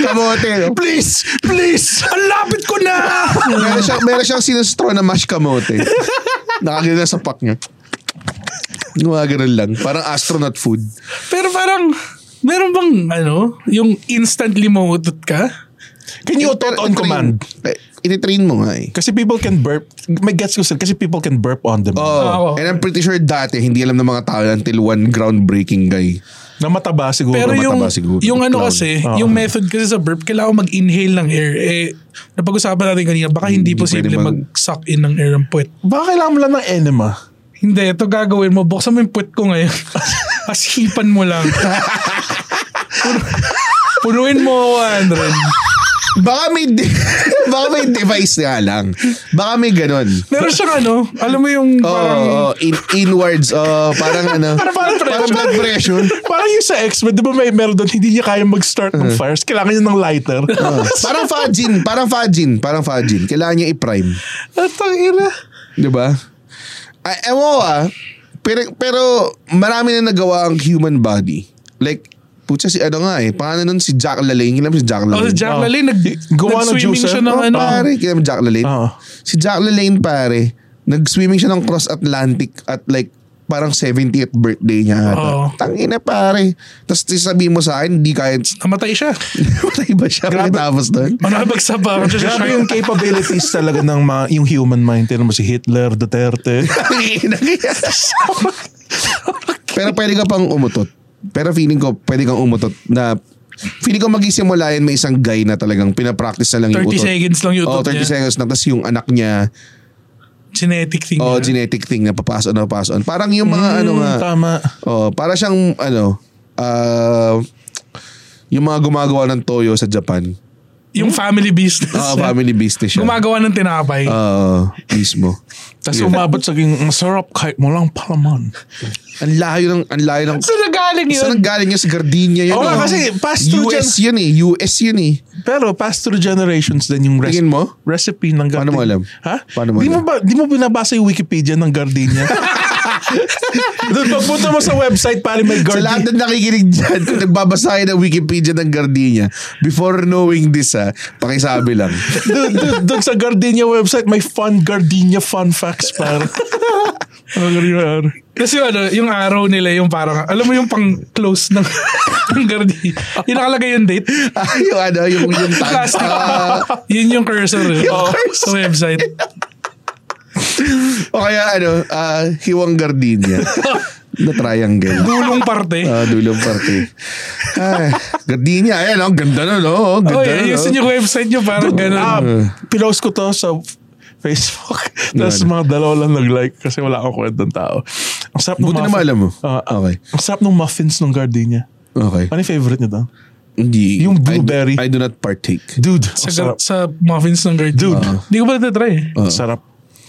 S1: Kamote. no?
S2: Please! Please! Ang lapit ko na!
S1: Meron siyang, meron siyang sinustro na mash kamote. Nakagano na sa pack niya. Gumagano lang. Parang astronaut food.
S4: Pero parang, meron bang, ano, yung instantly mautot ka?
S2: Can you autot on
S1: Ititrain-
S2: command?
S1: Eh, Ititrain mo nga eh.
S2: Kasi people can burp. May gets ko sir. Kasi people can burp on them.
S1: Oh,
S4: Oo.
S1: and I'm pretty sure dati hindi alam ng mga tao yan until one groundbreaking guy.
S2: Na mataba siguro.
S4: Pero
S1: mataba
S4: yung,
S1: siguro.
S4: yung ano
S1: Clown.
S4: kasi,
S2: Oo.
S4: yung method kasi sa burp, kailangan mag-inhale ng air. Eh, napag-usapan natin kanina, baka hindi,
S1: Hindi
S4: posible
S1: pwede mag-
S4: mag-suck in ng air ang puwet.
S2: Baka kailangan mo lang ng enema.
S4: Hindi, ito gagawin mo. Buksan mo yung puwet ko ngayon. As hipan mo lang. Puno- Punuin mo 100.
S1: Baka may, de- baka may device nga lang. Baka may ganun.
S4: Meron siyang ano, alam mo yung
S1: Oo,
S4: parang...
S1: oh, in, inwards. Oh, parang ano.
S2: Parang blood pressure.
S1: blood pressure.
S2: Parang yung sa X-Men, di ba may meron doon, hindi niya kaya mag-start ng fires. Kailangan niya ng lighter. Ah.
S1: parang fajin. Parang fajin. Parang fajin. Kailangan niya i-prime.
S2: Atang ina.
S1: Di ba? Ay, ewan ko ah. Pero, pero marami na nagawa ang human body. Like, putya si ano nga eh. Paano nun si Jack Lalanne? Kailan mo si Jack
S4: Oh,
S1: Lalanne? Ah,
S4: si Jack
S2: Oh.
S4: Lalanne, nag-
S2: Gawa ng
S4: nag-swimming
S2: juicer.
S4: siya
S1: eh?
S4: ng
S2: Oh,
S4: ano.
S1: Pare, kailan mo Jack Lalanne?
S2: Oo.
S1: Si Jack Lalanne pare, nag-swimming siya ng cross-Atlantic at like parang 70th birthday niya ata.
S4: Oo.
S1: Tangina pare. Tapos sabihin mo sa akin, hindi kaya
S4: Namatay siya.
S1: Patay ba siya pagkatapos doon?
S4: Ano ba ba?
S2: Grabe yung capabilities talaga ng mga, yung human mind. Tinan mo si Hitler, Duterte.
S1: Pero pwede ka pang umutot. Pero feeling ko, pwede kang umutot na feeling ko magisimula yan may isang guy na talagang pinapractice na lang yung
S4: 30
S1: utot.
S4: seconds lang yung
S1: Oo, 30
S4: utot niya.
S1: seconds lang. Tapos yung anak niya,
S4: Genetic thing.
S1: oh,
S4: niya.
S1: genetic thing na papaso na papaso. Parang yung mga
S4: Mm,
S2: Ah,
S1: ano nga.
S2: Hmm, Tama.
S1: Oh, para siyang ano, ah, yung mga gumagawa ng toyo sa Japan.
S4: Yung family business.
S1: Ah,
S4: niya.
S1: family business siya.
S4: Gumagawa ng tinapay.
S1: Oo, mismo.
S2: Tapos
S1: Yun.
S2: umabot sa ging, masarap kahit mo lang palaman.
S1: Ang layo ng ang layo ng
S4: Saan nagaling yun?
S1: Saan ang galing yun? Sa Gardenia yun.
S2: Oo nga,
S1: eh.
S2: kasi past two
S1: US yun eh. US yun eh.
S2: Pero past through generations din yung recipe.
S1: Tingin mo?
S2: Recipe ng gardenia.
S1: Paano mo alam?
S2: Ha?
S1: Paano mo
S2: di mo
S1: alam?
S2: ba, di mo binabasa yung Wikipedia ng gardenia? Doon pagpunta mo sa website pare may
S1: Sa lahat na
S2: gardenia.
S1: nakikinig dyan, kung nagbabasa kayo ng Wikipedia ng Gardenia, before knowing this ha, pakisabi lang.
S2: Doon- Doon doon sa gardenia website may fun gardenia fun facts pare. Ang ganyan.
S4: Kasi yung ano, yung araw nila, yung parang, alam mo yung pang close ng, ng gardi. Yung nakalagay yung date.
S1: Ah, yung ano, yung, yung tag.
S4: Plastic.
S1: ah,
S4: Yun yung cursor. eh.
S1: Yung
S4: Oo,
S1: cursor.
S4: Sa website.
S1: o kaya ano, ah, hiwang Gardenia. na triangle.
S4: Gulong parte.
S1: Ah, dulong parte. Ay, Gardenia, ayan oh, ganda na no. oh,
S4: Oh,
S1: Ganda
S4: yeah,
S1: na,
S4: yun
S1: no.
S4: yung website nyo, parang ganun.
S2: Ah,
S1: Uh.
S2: pinost ko to sa Facebook. Tapos
S1: Ano?
S2: mga dalawa lang nag-like kasi wala akong kwento ng tao. Ang sarap ng
S1: Buti na alam mo.
S2: Ah, ah.
S1: Okay.
S2: Ang sarap ng muffins ng gardenia.
S1: Okay.
S2: Ano yung favorite niyo to?
S1: Hindi. I
S2: Yung
S1: do-
S2: blueberry.
S1: I do not partake.
S2: Dude,
S4: sa,
S2: ang
S4: gar-
S2: sarap.
S4: sa muffins ng gardi.
S2: Dude. Ah.
S4: Hindi ko pa natatry eh.
S1: Ah.
S2: Ang sarap.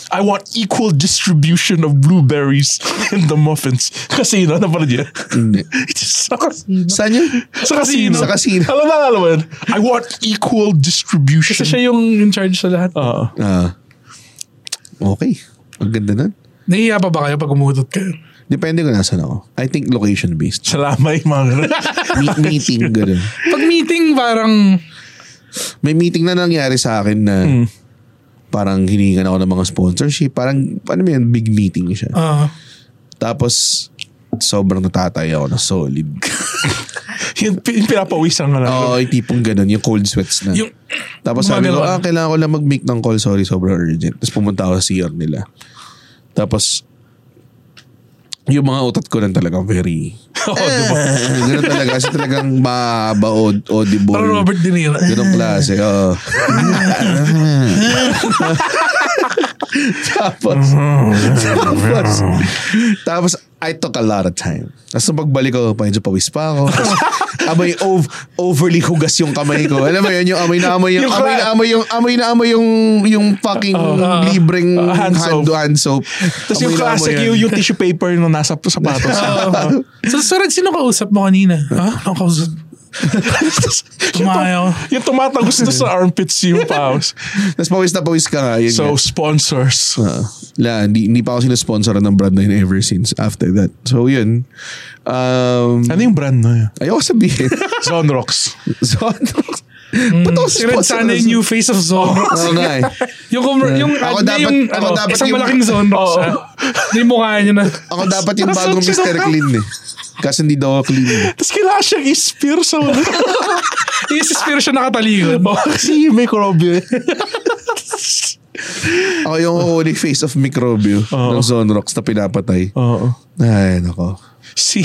S2: I want equal distribution of blueberries in the muffins. Casino, ano pala niya?
S1: Hindi.
S2: sa casino.
S1: Saan yun?
S2: Sa casino.
S1: Sa casino.
S2: Alam na, alam mo yun. I want equal distribution.
S4: Kasi siya yung in charge sa lahat.
S2: Ah.
S1: Ah. Okay. Ang ganda nun.
S4: Nahihiya pa ba kayo pag umutot kayo?
S1: Depende kung nasan ako. I think location-based.
S2: Salamay, mga
S1: Meet, meeting, ganun.
S4: Pag meeting, parang
S1: May meeting na nangyari sa akin na parang hiningan ako ng mga sponsorship. Parang, ano mo yun, big meeting siya.
S4: ah,
S1: Tapos, sobrang natatay ako na solid.
S2: Yung, pi- yung pinapawisan ka lang.
S1: Oo, yung tipong ganun, yung cold sweats na.
S4: Yung-
S1: Tapos
S4: Mga
S1: sabi ko,
S4: ganun.
S1: ah, kailangan ko lang mag-make ng call. Sorry, sobrang urgent. Tapos pumunta ako sa CR nila. Tapos, yung mga utat ko lang talagang very...
S2: Oo, diba?
S1: Eh, ganun talaga. Kasi talagang mahaba, od- audible.
S4: Parang Robert De Niro.
S1: Ganong klase, oo. tapos, tapos, tapos, I took a lot of time. Tapos nung pagbalik ko, medyo pawis pa ako. Tapos, amoy ov- overly hugas yung kamay ko. Alam mo yun, yung amoy na amoy yung,
S2: Yung
S1: amoy na
S2: cla-
S1: amoy yung amoy na amoy yung yung fucking
S2: Oo.
S1: libreng
S2: Oo, uh, hand
S1: hand,
S2: soap.
S1: hand soap.
S2: Tapos
S1: Amoy
S2: yung
S1: na amoy
S2: classic,
S1: yun.
S2: yung, yung tissue paper na nasa sapatos.
S4: Oo. Ah. so, so Red, sino kausap mo kanina? Ha? Ano kausap? Tumayo.
S2: yung tumatagos na sa armpits yung paus.
S1: Tapos pawis na pawis ka nga. Yun
S2: So,
S1: nga.
S2: sponsors.
S1: Ah, la, hindi, hindi pa ako sinusponsor ng brand na yun ever since after that. So, yun. Um,
S2: Ano yung brand na yun?
S1: Ayoko sabihin.
S2: Zonrox.
S1: Zonrox. Mm, Ba't ako
S4: Si Red
S1: sponsor
S4: sana
S1: ng
S4: yung new face of Zonrox.
S1: Oo nga eh.
S4: Yung, com- yung
S1: Ako dapat-
S4: ad niya yung
S1: ako
S4: ano,
S1: dapat
S4: isang
S1: yung-
S4: malaking Zonrox.
S2: Oo.
S4: ha? Hindi mo kaya niya na.
S1: Ako dapat yung
S2: Nasa
S1: bagong
S2: Zonrox.
S1: Mr. Clean eh. Kasi hindi daw ako clean. eh.
S2: Tapos kailangan siyang ispear sa ulo.
S4: I-spiro siya nakataligod.
S2: Kasi yung microbe.
S1: Ako yung holy face of microbio ng Zonrox na pinapatay.
S2: Oo.
S1: Ay, nako.
S2: Si,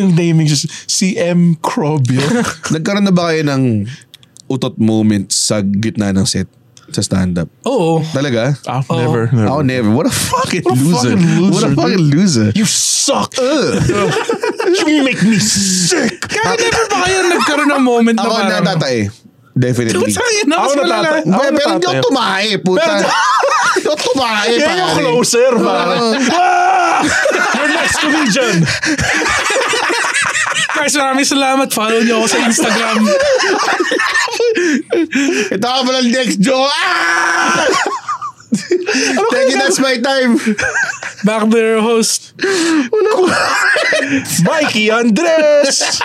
S2: yung naming siya, si M. Crobio.
S1: Nagkaroon na ba kayo ng utot moment sa gitna ng set sa stand-up?
S4: Oo.
S1: Talaga?
S2: Ah, never, never.
S1: Ako never. Oh, What a fucking
S2: What a
S1: loser.
S2: fucking loser,
S1: What a
S2: dude.
S1: fucking loser. Uh.
S2: You suck!
S1: you make me sick.
S4: Kaya never ba kayo nagkaroon ng moment na
S1: Ako
S4: parang...
S1: natatay. ah, eh. Definitely.
S4: Sa akin, nakas
S2: Ako
S4: wala
S2: natata-
S4: lang.
S2: Ako
S1: Pero, pero hindi
S2: natatay.
S1: ako tumae, puta.
S2: Pero-
S1: Hindi ako tumae,
S2: Yan yung
S1: pare.
S2: closer, pare. Ah! Your next comedian!
S4: Guys, maraming salamat. Follow niyo ako sa Instagram.
S1: Ito ka pala next joke. Ah! Thank you, that's my time.
S4: Back to your host.
S2: Mikey Andres!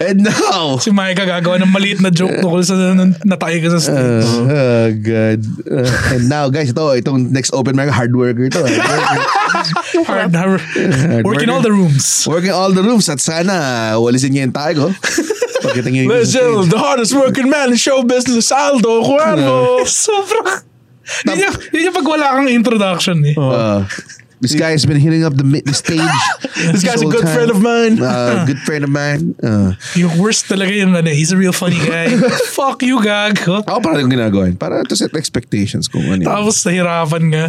S1: And now.
S4: Si Micah gagawa ng maliit na joke tungkol sa nung natay ka sa stage.
S1: Uh, oh, God. Uh, and now, guys, ito, itong next open mic, hard worker eh. to. hard worker. Uh,
S4: hard, hard, work in
S1: worker.
S4: all the rooms.
S1: Working all the rooms at sana, walisin niya yung tayo. Pagkita niyo yung...
S4: Eh,
S2: Legend, the hardest working man in show business, Aldo Cuervo!
S4: Sobrang... Yun yung, yun yung pag wala kang introduction eh.
S1: Uh, this guy's been hitting up the, mi- the stage.
S2: This guy's a good friend of mine.
S1: Uh, good friend of mine. Uh,
S4: Yung worst talaga yun, ano, he's a real funny guy. Fuck you, gago.
S1: ako parang yung ginagawa yun. Para to set expectations kung ano yun.
S4: Tapos nahirapan ka.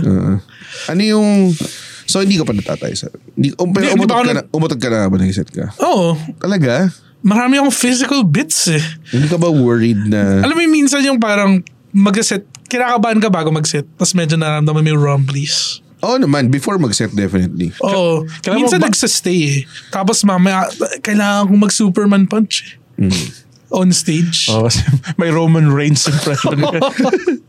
S1: Ano yung... So, hindi ka pa natatay sa... Hindi, um, pero
S4: Hindi, hindi
S1: umutad
S4: pa ako
S1: ka, na,
S4: nag-
S1: umutad ka na ba ng set ka?
S4: Oo.
S1: Talaga?
S4: Marami akong physical bits eh.
S1: Hindi ka ba worried na...
S4: Alam mo yung minsan yung parang mag-set, kinakabahan ka bago mag-set, tapos medyo naramdaman mo yung rumblies.
S1: Oo oh, naman, before mag-set definitely.
S4: Oo.
S2: kailangan
S4: minsan
S2: mo ba-
S4: nagsastay eh. Tapos mamaya, kailangan kong mag-Superman punch eh.
S1: Mm.
S4: On stage.
S2: Oh, kasi may Roman Reigns impression.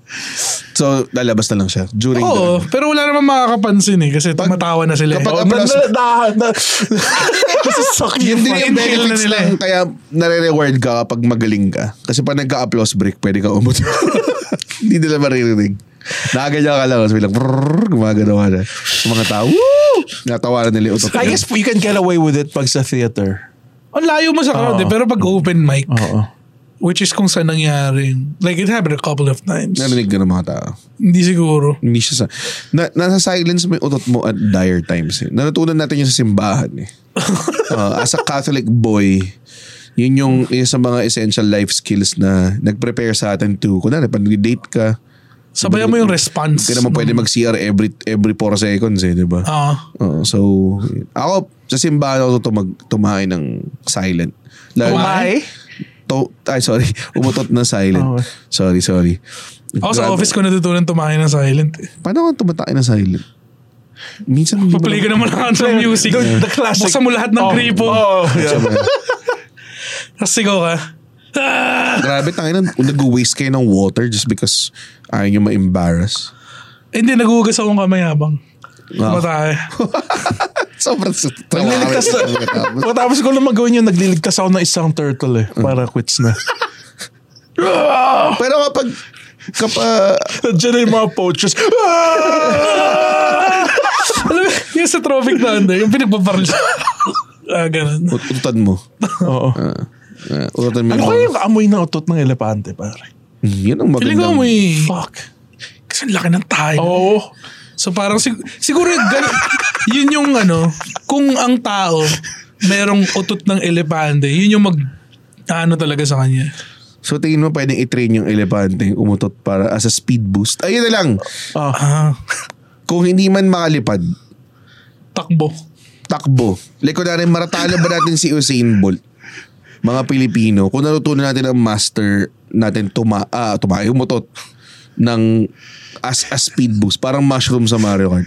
S1: So, lalabas na lang siya during
S4: Oo,
S1: the...
S4: pero wala naman makakapansin eh kasi tumatawa na sila. eh.
S1: kapag- ano-
S4: Oo,
S2: na,
S1: Applause.
S2: na, na, na, Nasusuck
S1: Yun
S2: yung
S1: din yung
S4: Fucking feel
S1: benefits
S4: na nila
S1: lang
S4: eh.
S1: kaya nare-reward ka kapag magaling ka. Kasi pag nagka-applause break, pwede ka umuto. Hindi nila maririnig. Nakaganyan ka lang. Tapos bilang, prrrr, gumagano ka na. Yung mga tao, woo! Natawa na nila yung utot.
S2: I guess you can get away with it pag sa theater.
S4: Ang layo mo sa crowd eh, pero pag open mic,
S2: Oo.
S4: which is kung saan nangyari, like it happened a couple of times.
S1: Narinig ka ng mga tao.
S4: Hindi siguro.
S1: Hindi siya sa... Na, nasa silence mo yung utot mo at dire times. Eh. Natutunan natin yun sa simbahan. Eh. Uh, as a Catholic boy, yun yung isa sa mga essential life skills na nag-prepare sa atin to. Kunwari, pag date ka,
S4: Sabayan mo yung response.
S1: hindi naman pwede mag-CR every, every 4 seconds eh, di ba?
S4: Ah.
S1: Oo, so, ako, sa simbahan ako tumag, tumahay ng silent. Lalo,
S2: Umay?
S1: To, ay, sorry. Umutot ng silent.
S2: Oh.
S1: Sorry, sorry.
S4: Ako sa
S1: Grabe.
S4: office ko natutunan tumahin ng silent. eh.
S1: Paano ako tumatay ng silent? Minsan hindi mo
S4: Play ka
S1: lang-
S4: naman ng anthem music.
S2: The, the classic.
S4: Buksan mo lahat ng
S2: Oh,
S4: gripo.
S2: Oh, yeah.
S4: Tapos sigaw ka. Ah!
S1: Grabe tayo na nag-waste kayo ng water just because ayaw nyo ma-embarrass.
S4: Eh, Hindi, nagugas akong kamay habang.
S1: Wow.
S4: Matay.
S1: Sobrang sa
S2: Nagliligtas na. Matapos ko lang magawin yun, nagliligtas ako ng isang turtle eh. Para quits na.
S1: Pero kapag kapag
S2: Diyan na yung mga poachers. Ah!
S4: Alam mo, yung sa trophic na ano, yung pinagbabaril siya. ah, ganun.
S1: Ut- Ututan mo.
S2: Oo.
S1: Uh, ututan mo
S2: Ano
S1: yung-
S2: kaya yung amoy na utot ng elepante, pare?
S1: Mm, Yun ang
S4: Piling ko
S1: magandang...
S4: amoy,
S2: Fuck.
S4: kasi ang laki ng tayo.
S2: Oo.
S4: So parang sig- siguro gan- yun yung ano, kung ang tao merong utot ng elepante, yun yung mag ano talaga sa kanya.
S1: So tingin mo pwedeng i-train yung elepante umutot para as a speed boost. Ayun na lang.
S4: Ah,
S1: Kung hindi man makalipad,
S4: takbo.
S1: takbo. Like kunwari maratalo ba natin si Usain Bolt? Mga Pilipino, kung natutunan natin ang master natin tuma ah, tumayo umutot ng as a speed boost, parang mushroom sa Mario Kart.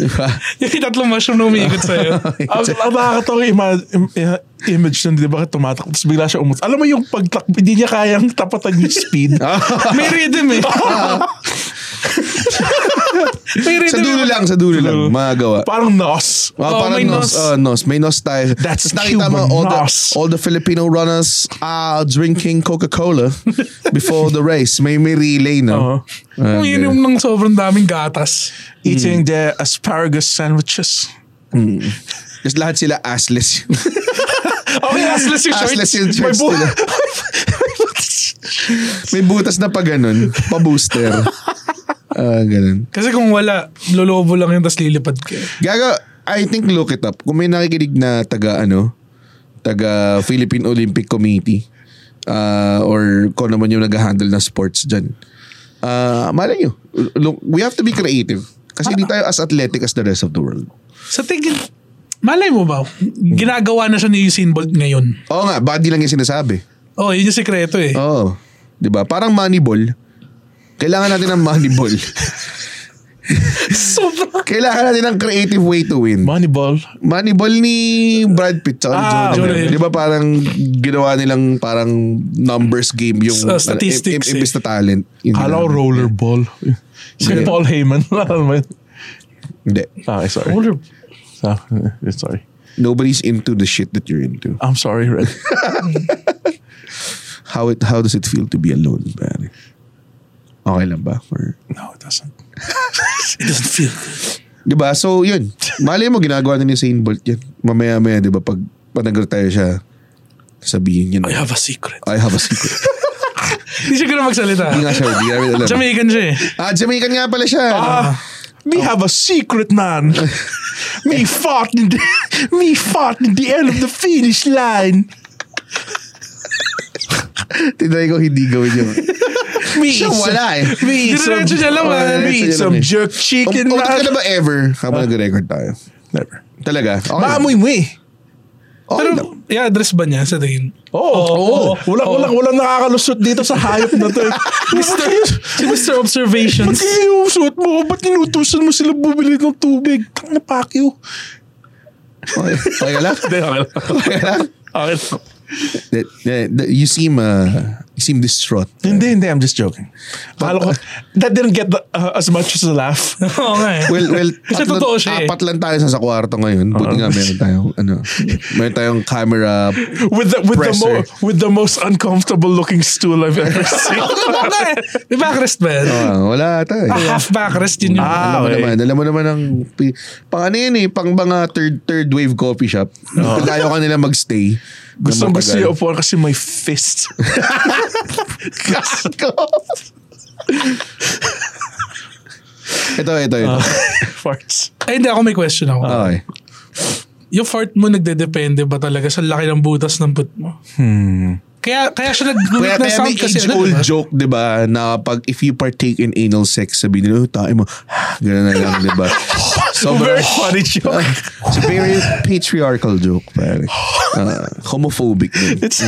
S1: diba?
S4: Yung tatlong mushroom na umiikot sa'yo.
S2: Ang ang nakakatawa yung ima- im- i- image nun, di ba? Tumatakbo. Tapos bigla siya umut. Alam mo yung pagtakbo, hindi niya kayang tapatan yung speed.
S1: Ah.
S4: May rhythm eh. May
S1: sa
S4: rhythm. eh.
S1: dulo lang, sa dulo lang, magawa.
S2: Parang nos.
S1: Ah,
S4: Oh,
S1: parang
S4: may
S1: nos.
S4: nos.
S1: ah, nos. May nos tayo.
S2: That's
S1: Tapos nakita mo,
S2: Cuban
S1: all the,
S2: nos.
S1: all the Filipino runners are drinking Coca-Cola before the race. May may relay,
S4: Uh-huh.
S1: no? Ah, Hmm.
S4: Umiinom ng sobrang daming gatas.
S2: Eating the asparagus sandwiches.
S1: Tapos lahat sila assless.
S4: Okay, Oh, assless yung shorts.
S1: assless yung shorts
S2: bu-
S1: nila. may butas na pa ganun. Pa-booster. Ah, ganun.
S4: Kasi kung wala, lolobo lang yun, tapos lilipad ka.
S1: Gago, I think look it up. Kung may nakikinig na taga ano, taga Philippine Olympic Committee uh, or kung naman yung nag-handle ng sports dyan. Uh, malay nyo, look, we have to be creative. Kasi hindi tayo as athletic as the rest of the world.
S4: Sa tingin, malay mo ba, ginagawa na siya ni Usain Bolt ngayon.
S1: Oo nga, baka di lang yung sinasabi.
S4: Oh, yun yung sekreto eh.
S1: Oo. Di ba? Parang moneyball. Kailangan natin ng moneyball.
S4: Sobrang.
S1: Kailangan natin ng creative way to win.
S2: Moneyball.
S1: Moneyball ni Brad Pitt tsaka ni
S4: Ah,
S1: Jonah
S4: Jonah
S1: Hill.
S4: Hill.
S1: Di ba parang ginawa nilang parang numbers game yung ano,
S4: Sa statistics eh.
S1: im- im- imbis na talent. Yun
S2: Halaw
S1: lang.
S2: rollerball. Si
S1: Yeah.
S2: Paul Heyman. Alam mo yun?
S1: Hindi.
S2: Ah, sorry.
S4: Roller.
S2: So, sorry.
S1: Nobody's into the shit that you're into.
S2: I'm sorry, Red.
S1: How it how does it feel to be alone, pare? Okay lang ba? Or,
S2: no, it doesn't.
S4: It doesn't feel
S1: di ba? So, yun. Malay mo, ginagawa na ni Usain Bolt yan. Mamaya-maya, di ba? Pag panagot tayo siya, sabihin yun.
S4: I have a secret.
S1: I have a secret.
S4: Hindi siya ganun magsalita.
S1: Hindi nga siya. Hindi namin alam.
S4: Jamaican siya eh.
S1: Ah, Jamaican nga pala siya.
S2: Ah, me have a secret, man. me fought in the, me fought in the end of the finish line.
S1: Tinry ko hindi gawin yun.
S2: Me
S1: Siya
S2: eat some-
S1: wala eh.
S2: Me eat some,
S4: Diretso niya lang,
S2: Oh,
S4: man.
S2: me eat
S1: Diretso
S2: some
S1: lang eh.
S2: jerk chicken,
S1: Um, utot ka na
S2: man.
S1: ba ever habang nag-record tayo?
S2: Never.
S1: Talaga? Okay.
S2: Maamoy mo eh.
S1: Okay lang.
S4: Pero, i-address ba niya sa tingin?
S2: Oo. Oh, Walang, walang, walang nakakalusot dito sa hayop na to. eh. Mister,
S4: Si Mr.
S2: ba't
S4: Observations.
S2: kaya yung suot mo? Ba't inutusan mo sila bumili ng tubig? Tang na pakyo.
S1: Okay, okay lang? Okay lang?
S2: Okay.
S1: That- that- that- You seem, uh, you seem distraught.
S2: Hindi, hindi. I'm just joking. Akala ko, that didn't get the- uh, as much as a laugh.
S4: Oo nga eh.
S1: Well, well,
S4: Kasi
S1: tatlo-
S4: totoo siya eh. Uh-huh.
S1: apat lang tayo sa sa kwarto ngayon. Buti nga meron tayong, ano, meron tayong camera.
S2: With the, with, the
S1: Presser.
S2: mo, with the most uncomfortable looking stool I've ever seen.
S4: Oo nga eh. May backrest ba yan?
S1: Ah, wala tayo.
S4: Ah, half backrest yun yun.
S2: Ah.
S1: alam mo
S2: okay.
S1: naman, alam mo naman ang pi- pang ano yun eh, pang mga third third wave coffee shop.
S4: Ah.
S1: Kung ayaw ka nila magstay. na
S2: gusto gusto
S1: matagal.
S2: yung upuan kasi may fist.
S1: Kasko. ito, ito, ito.
S2: Farts.
S4: Ay, Eh, hindi ako may question ako.
S1: okay.
S4: yung fart mo nagdedepende ba talaga sa laki ng butas ng put mo? Kaya kaya siya
S1: Kaya,
S4: nag-gumit ng
S1: kaya may
S4: sound kasi
S1: age
S4: ano,
S1: old
S4: diba?
S1: joke, di ba, na pag if you partake in anal sex, sabi nila, oh, tayo mo, gano'n na lang, di ba? Sobrang,
S2: Very funny joke.
S1: it's a very patriarchal joke, pare. Ah, homophobic. Din.
S2: It's,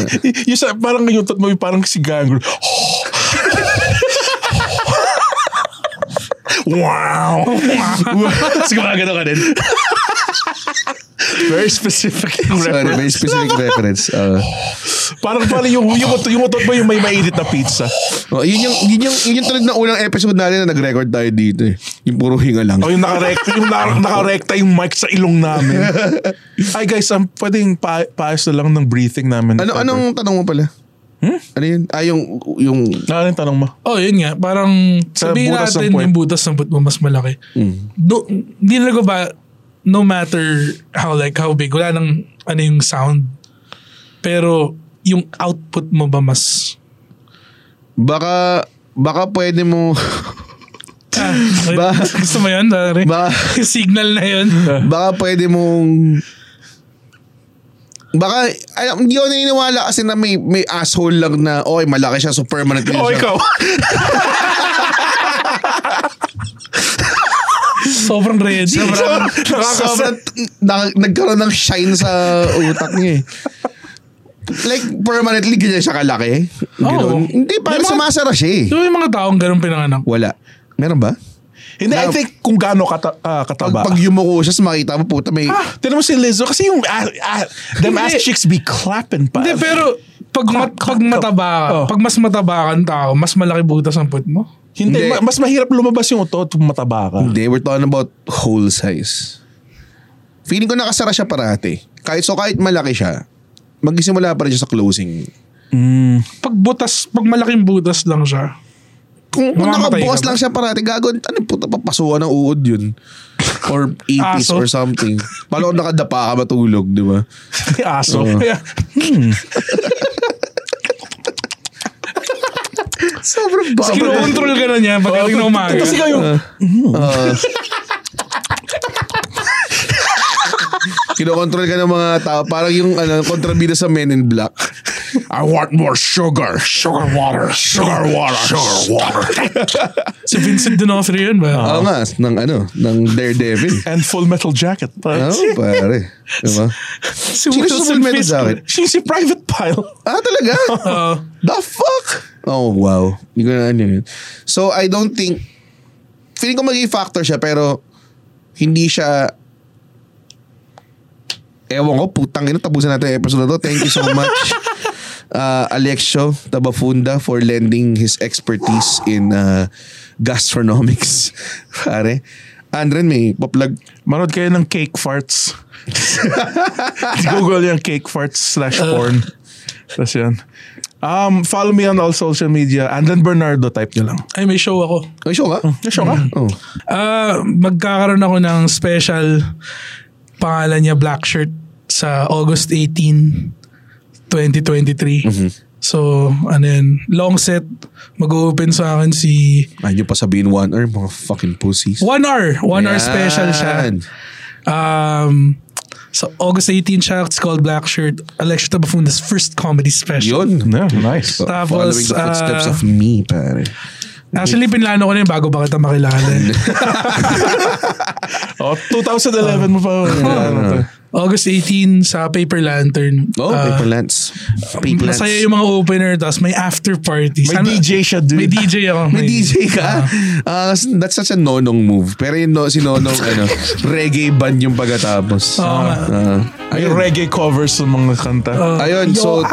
S2: yung sa, parang yung tat mo, yung parang si Gangrel. wow! Tapos gumagano ka din. Very specific yung
S1: Sorry,
S2: reference.
S1: very specific reference. Ah.
S2: Parang parang yung, yung, utot- yung utot mo yung may mainit na pizza.
S1: Oh, yun yung yun yung yun yung talagang na unang episode natin na nag-record tayo dito eh. Yung puro hinga lang.
S2: O yung nakarekta, yung na- nakarekta yung mic sa ilong namin. Ay guys, um, pwedeng pa paayos na lang ng breathing namin.
S1: ano
S2: Pepper.
S1: anong tanong mo pala? Ano yun? Ah, yung, yung,
S2: Ano yung tanong mo?
S4: Oh, yun nga. Parang
S2: Sa
S4: sabihin
S2: butas ng
S4: natin
S2: puwet. Mm.
S4: yung butas ng puwet mo mas malaki. No, hindi na ko ba, no matter how like how big, wala nang ano yung sound. Pero yung output mo ba mas...
S1: baka, baka pwede mo,
S4: Ah,
S1: Ba-
S4: gusto mo yun? Sorry.
S1: ba,
S4: Yung signal na yun.
S1: baka pwede mong, baka, ay, hindi ko naniniwala kasi na may, may asshole lang na, oy, malaki siya, so permanent
S2: Oh,
S1: yun siya.
S4: Sobrang ready.
S1: Sobrang, sobrang na, nagkaroon ng shine sa utak niya eh. Like, permanently ganyan siya kalaki. Ganun.
S4: Oo.
S1: Hindi, parang
S4: May mga-
S1: sumasara siya eh.
S4: Di ba yung mga taong ganun pinanganak?
S1: Wala. Meron ba?
S2: Hindi, I
S1: Na-
S2: think kung gaano kata, ah,
S1: Pag,
S2: kataba.
S1: pag yumuko siya, makita mo, puta, may...
S2: ah, tinan mo si Lizzo kasi yung ah, ah, them ass
S4: Hindi.
S2: chicks be clapping pa.
S4: Hindi, pero pag, mat,
S2: clap,
S4: pag mataba ka,
S2: Oh.
S4: pag mas mataba kang tao, mas malaki butas ang puwet mo.
S2: Hindi,
S1: Hindi. Hmm.
S2: ma- mas mahirap lumabas yung utot kung mataba ka.
S1: Hindi, we're talking about whole size. Feeling ko nakasara siya parati. Kahit so, kahit malaki siya, magsisimula pa rin siya sa closing.
S4: Pag butas, pag malaking butas lang siya,
S1: Kung, kung
S4: Mamamatay
S1: nakabukas
S4: ka ba?
S1: lang siya parati, gago, ano puta, papasuhan ng uod yun. Or ipis
S4: Aso.
S1: or something. Palo nakadapa ka matulog, di ba?
S2: May aso.
S1: Oo.
S2: Kaya,
S1: Sobrang baba.
S4: Kinokontrol ka na niya pagdating na umaga.
S2: Kasi kayo,
S1: Kinokontrol ka ng mga tao. Parang yung ano, kontrabida sa Men in Black. I want more sugar. Sugar water. Sugar water. Sugar water.
S4: si Vincent D'Onofrio yun ba?
S1: Oo nga, ng ano, ng Daredevil.
S2: and full metal jacket.
S1: Oo,
S2: Parang,
S1: pare. Diba?
S4: si
S1: sino si Oh, Full Metal Jacket?
S2: si, si Private Pile.
S1: Ah, talaga?
S4: Oo.
S1: The fuck? Oh, wow. Hindi ko na ano yun. So, I don't think, feeling ko magiging factor siya, pero hindi siya, ewan ko, putang ina, tapusin natin yung episode na to. Thank you so much. Uh, Alexio Tabafunda for lending his expertise in uh, gastronomics. Pare. Andren, may paplag.
S2: Manood kayo ng cake farts. Google yung cake farts slash
S1: Uh.
S2: porn. Tapos yun. Um, follow me on all social media. Andan Bernardo, type nyo lang.
S4: Ay, may show ako.
S1: Ay, show ka?
S2: Show ka?
S1: Oh.
S4: Ah, magkakaroon ako ng special pangalan niya Black Shirt sa August 18, 2023.
S1: Mm-hmm.
S4: So, ano yun, long set. Mag-open sa akin si
S1: Ay, yung pa sabihin one hour, mga fucking pussies.
S4: One Hour. One Hour special siya.
S1: Yan.
S4: Um, so, August 18 siya. It's called Black Shirt. Alexia Tabafunda's first comedy special.
S1: Yun.
S2: Yeah, nice.
S4: Tapos,
S1: Following the footsteps
S2: uh,
S4: ah,
S1: of me, pare.
S4: Actually, pinlano ko na yun bago ba kita makilala. eh.
S2: Oh, 2011 mo pa.
S4: August 18 sa Paper Lantern.
S1: Oh,
S4: Ah,
S1: Paper Lance. Paper Lance.
S4: Masaya yung mga opener, tapos may after party.
S2: Ano, May DJ siya, dude.
S4: May DJ ako.
S1: May DJ ka? Ah, that's such a nonong move. Pero yung no, si nonong, ano, reggae band yung pagkatapos.
S4: Oo nga.
S1: Ah,
S2: May
S1: ayun.
S2: reggae covers ng mga kanta.
S1: Ayun, so,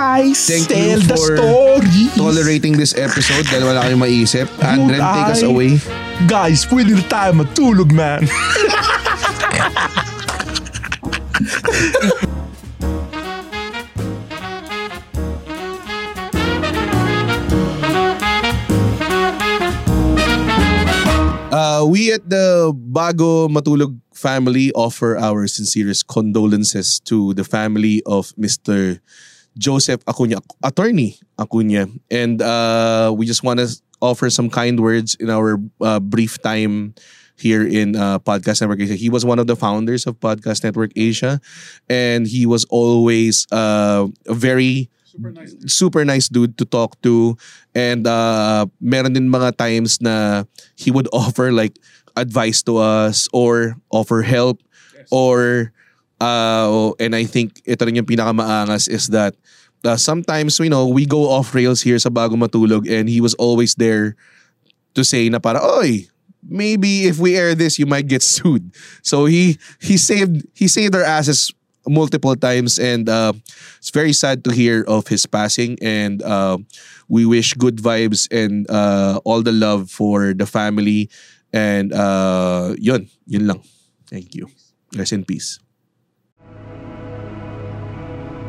S1: thank you
S2: tell the
S1: for
S2: stories.
S1: tolerating this episode dahil wala kayong maisip.
S2: Would
S1: Andren, take us
S2: I-
S1: away.
S2: Guys, pwede na tayo matulog, man.
S1: Uh, we at the Bago Matulog family offer our sincerest condolences to the family of Mr. Joseph Acuña, attorney Acuña. And uh, we just want to offer some kind words in our uh, brief time here in uh, Podcast Network Asia. He was one of the founders of Podcast Network Asia, and he was always uh, a very super nice dude to talk to and uh meron din mga times na he would offer like advice to us or offer help or uh oh, and I think ito rin yung pinakamaangas is that uh, sometimes you know we go off rails here sa bago matulog and he was always there to say na para oy maybe if we air this you might get sued so he he saved he saved our asses multiple times and uh, it's very sad to hear of his passing and uh, we wish good vibes and uh, all the love for the family and uh, yun yun lang thank you rest in peace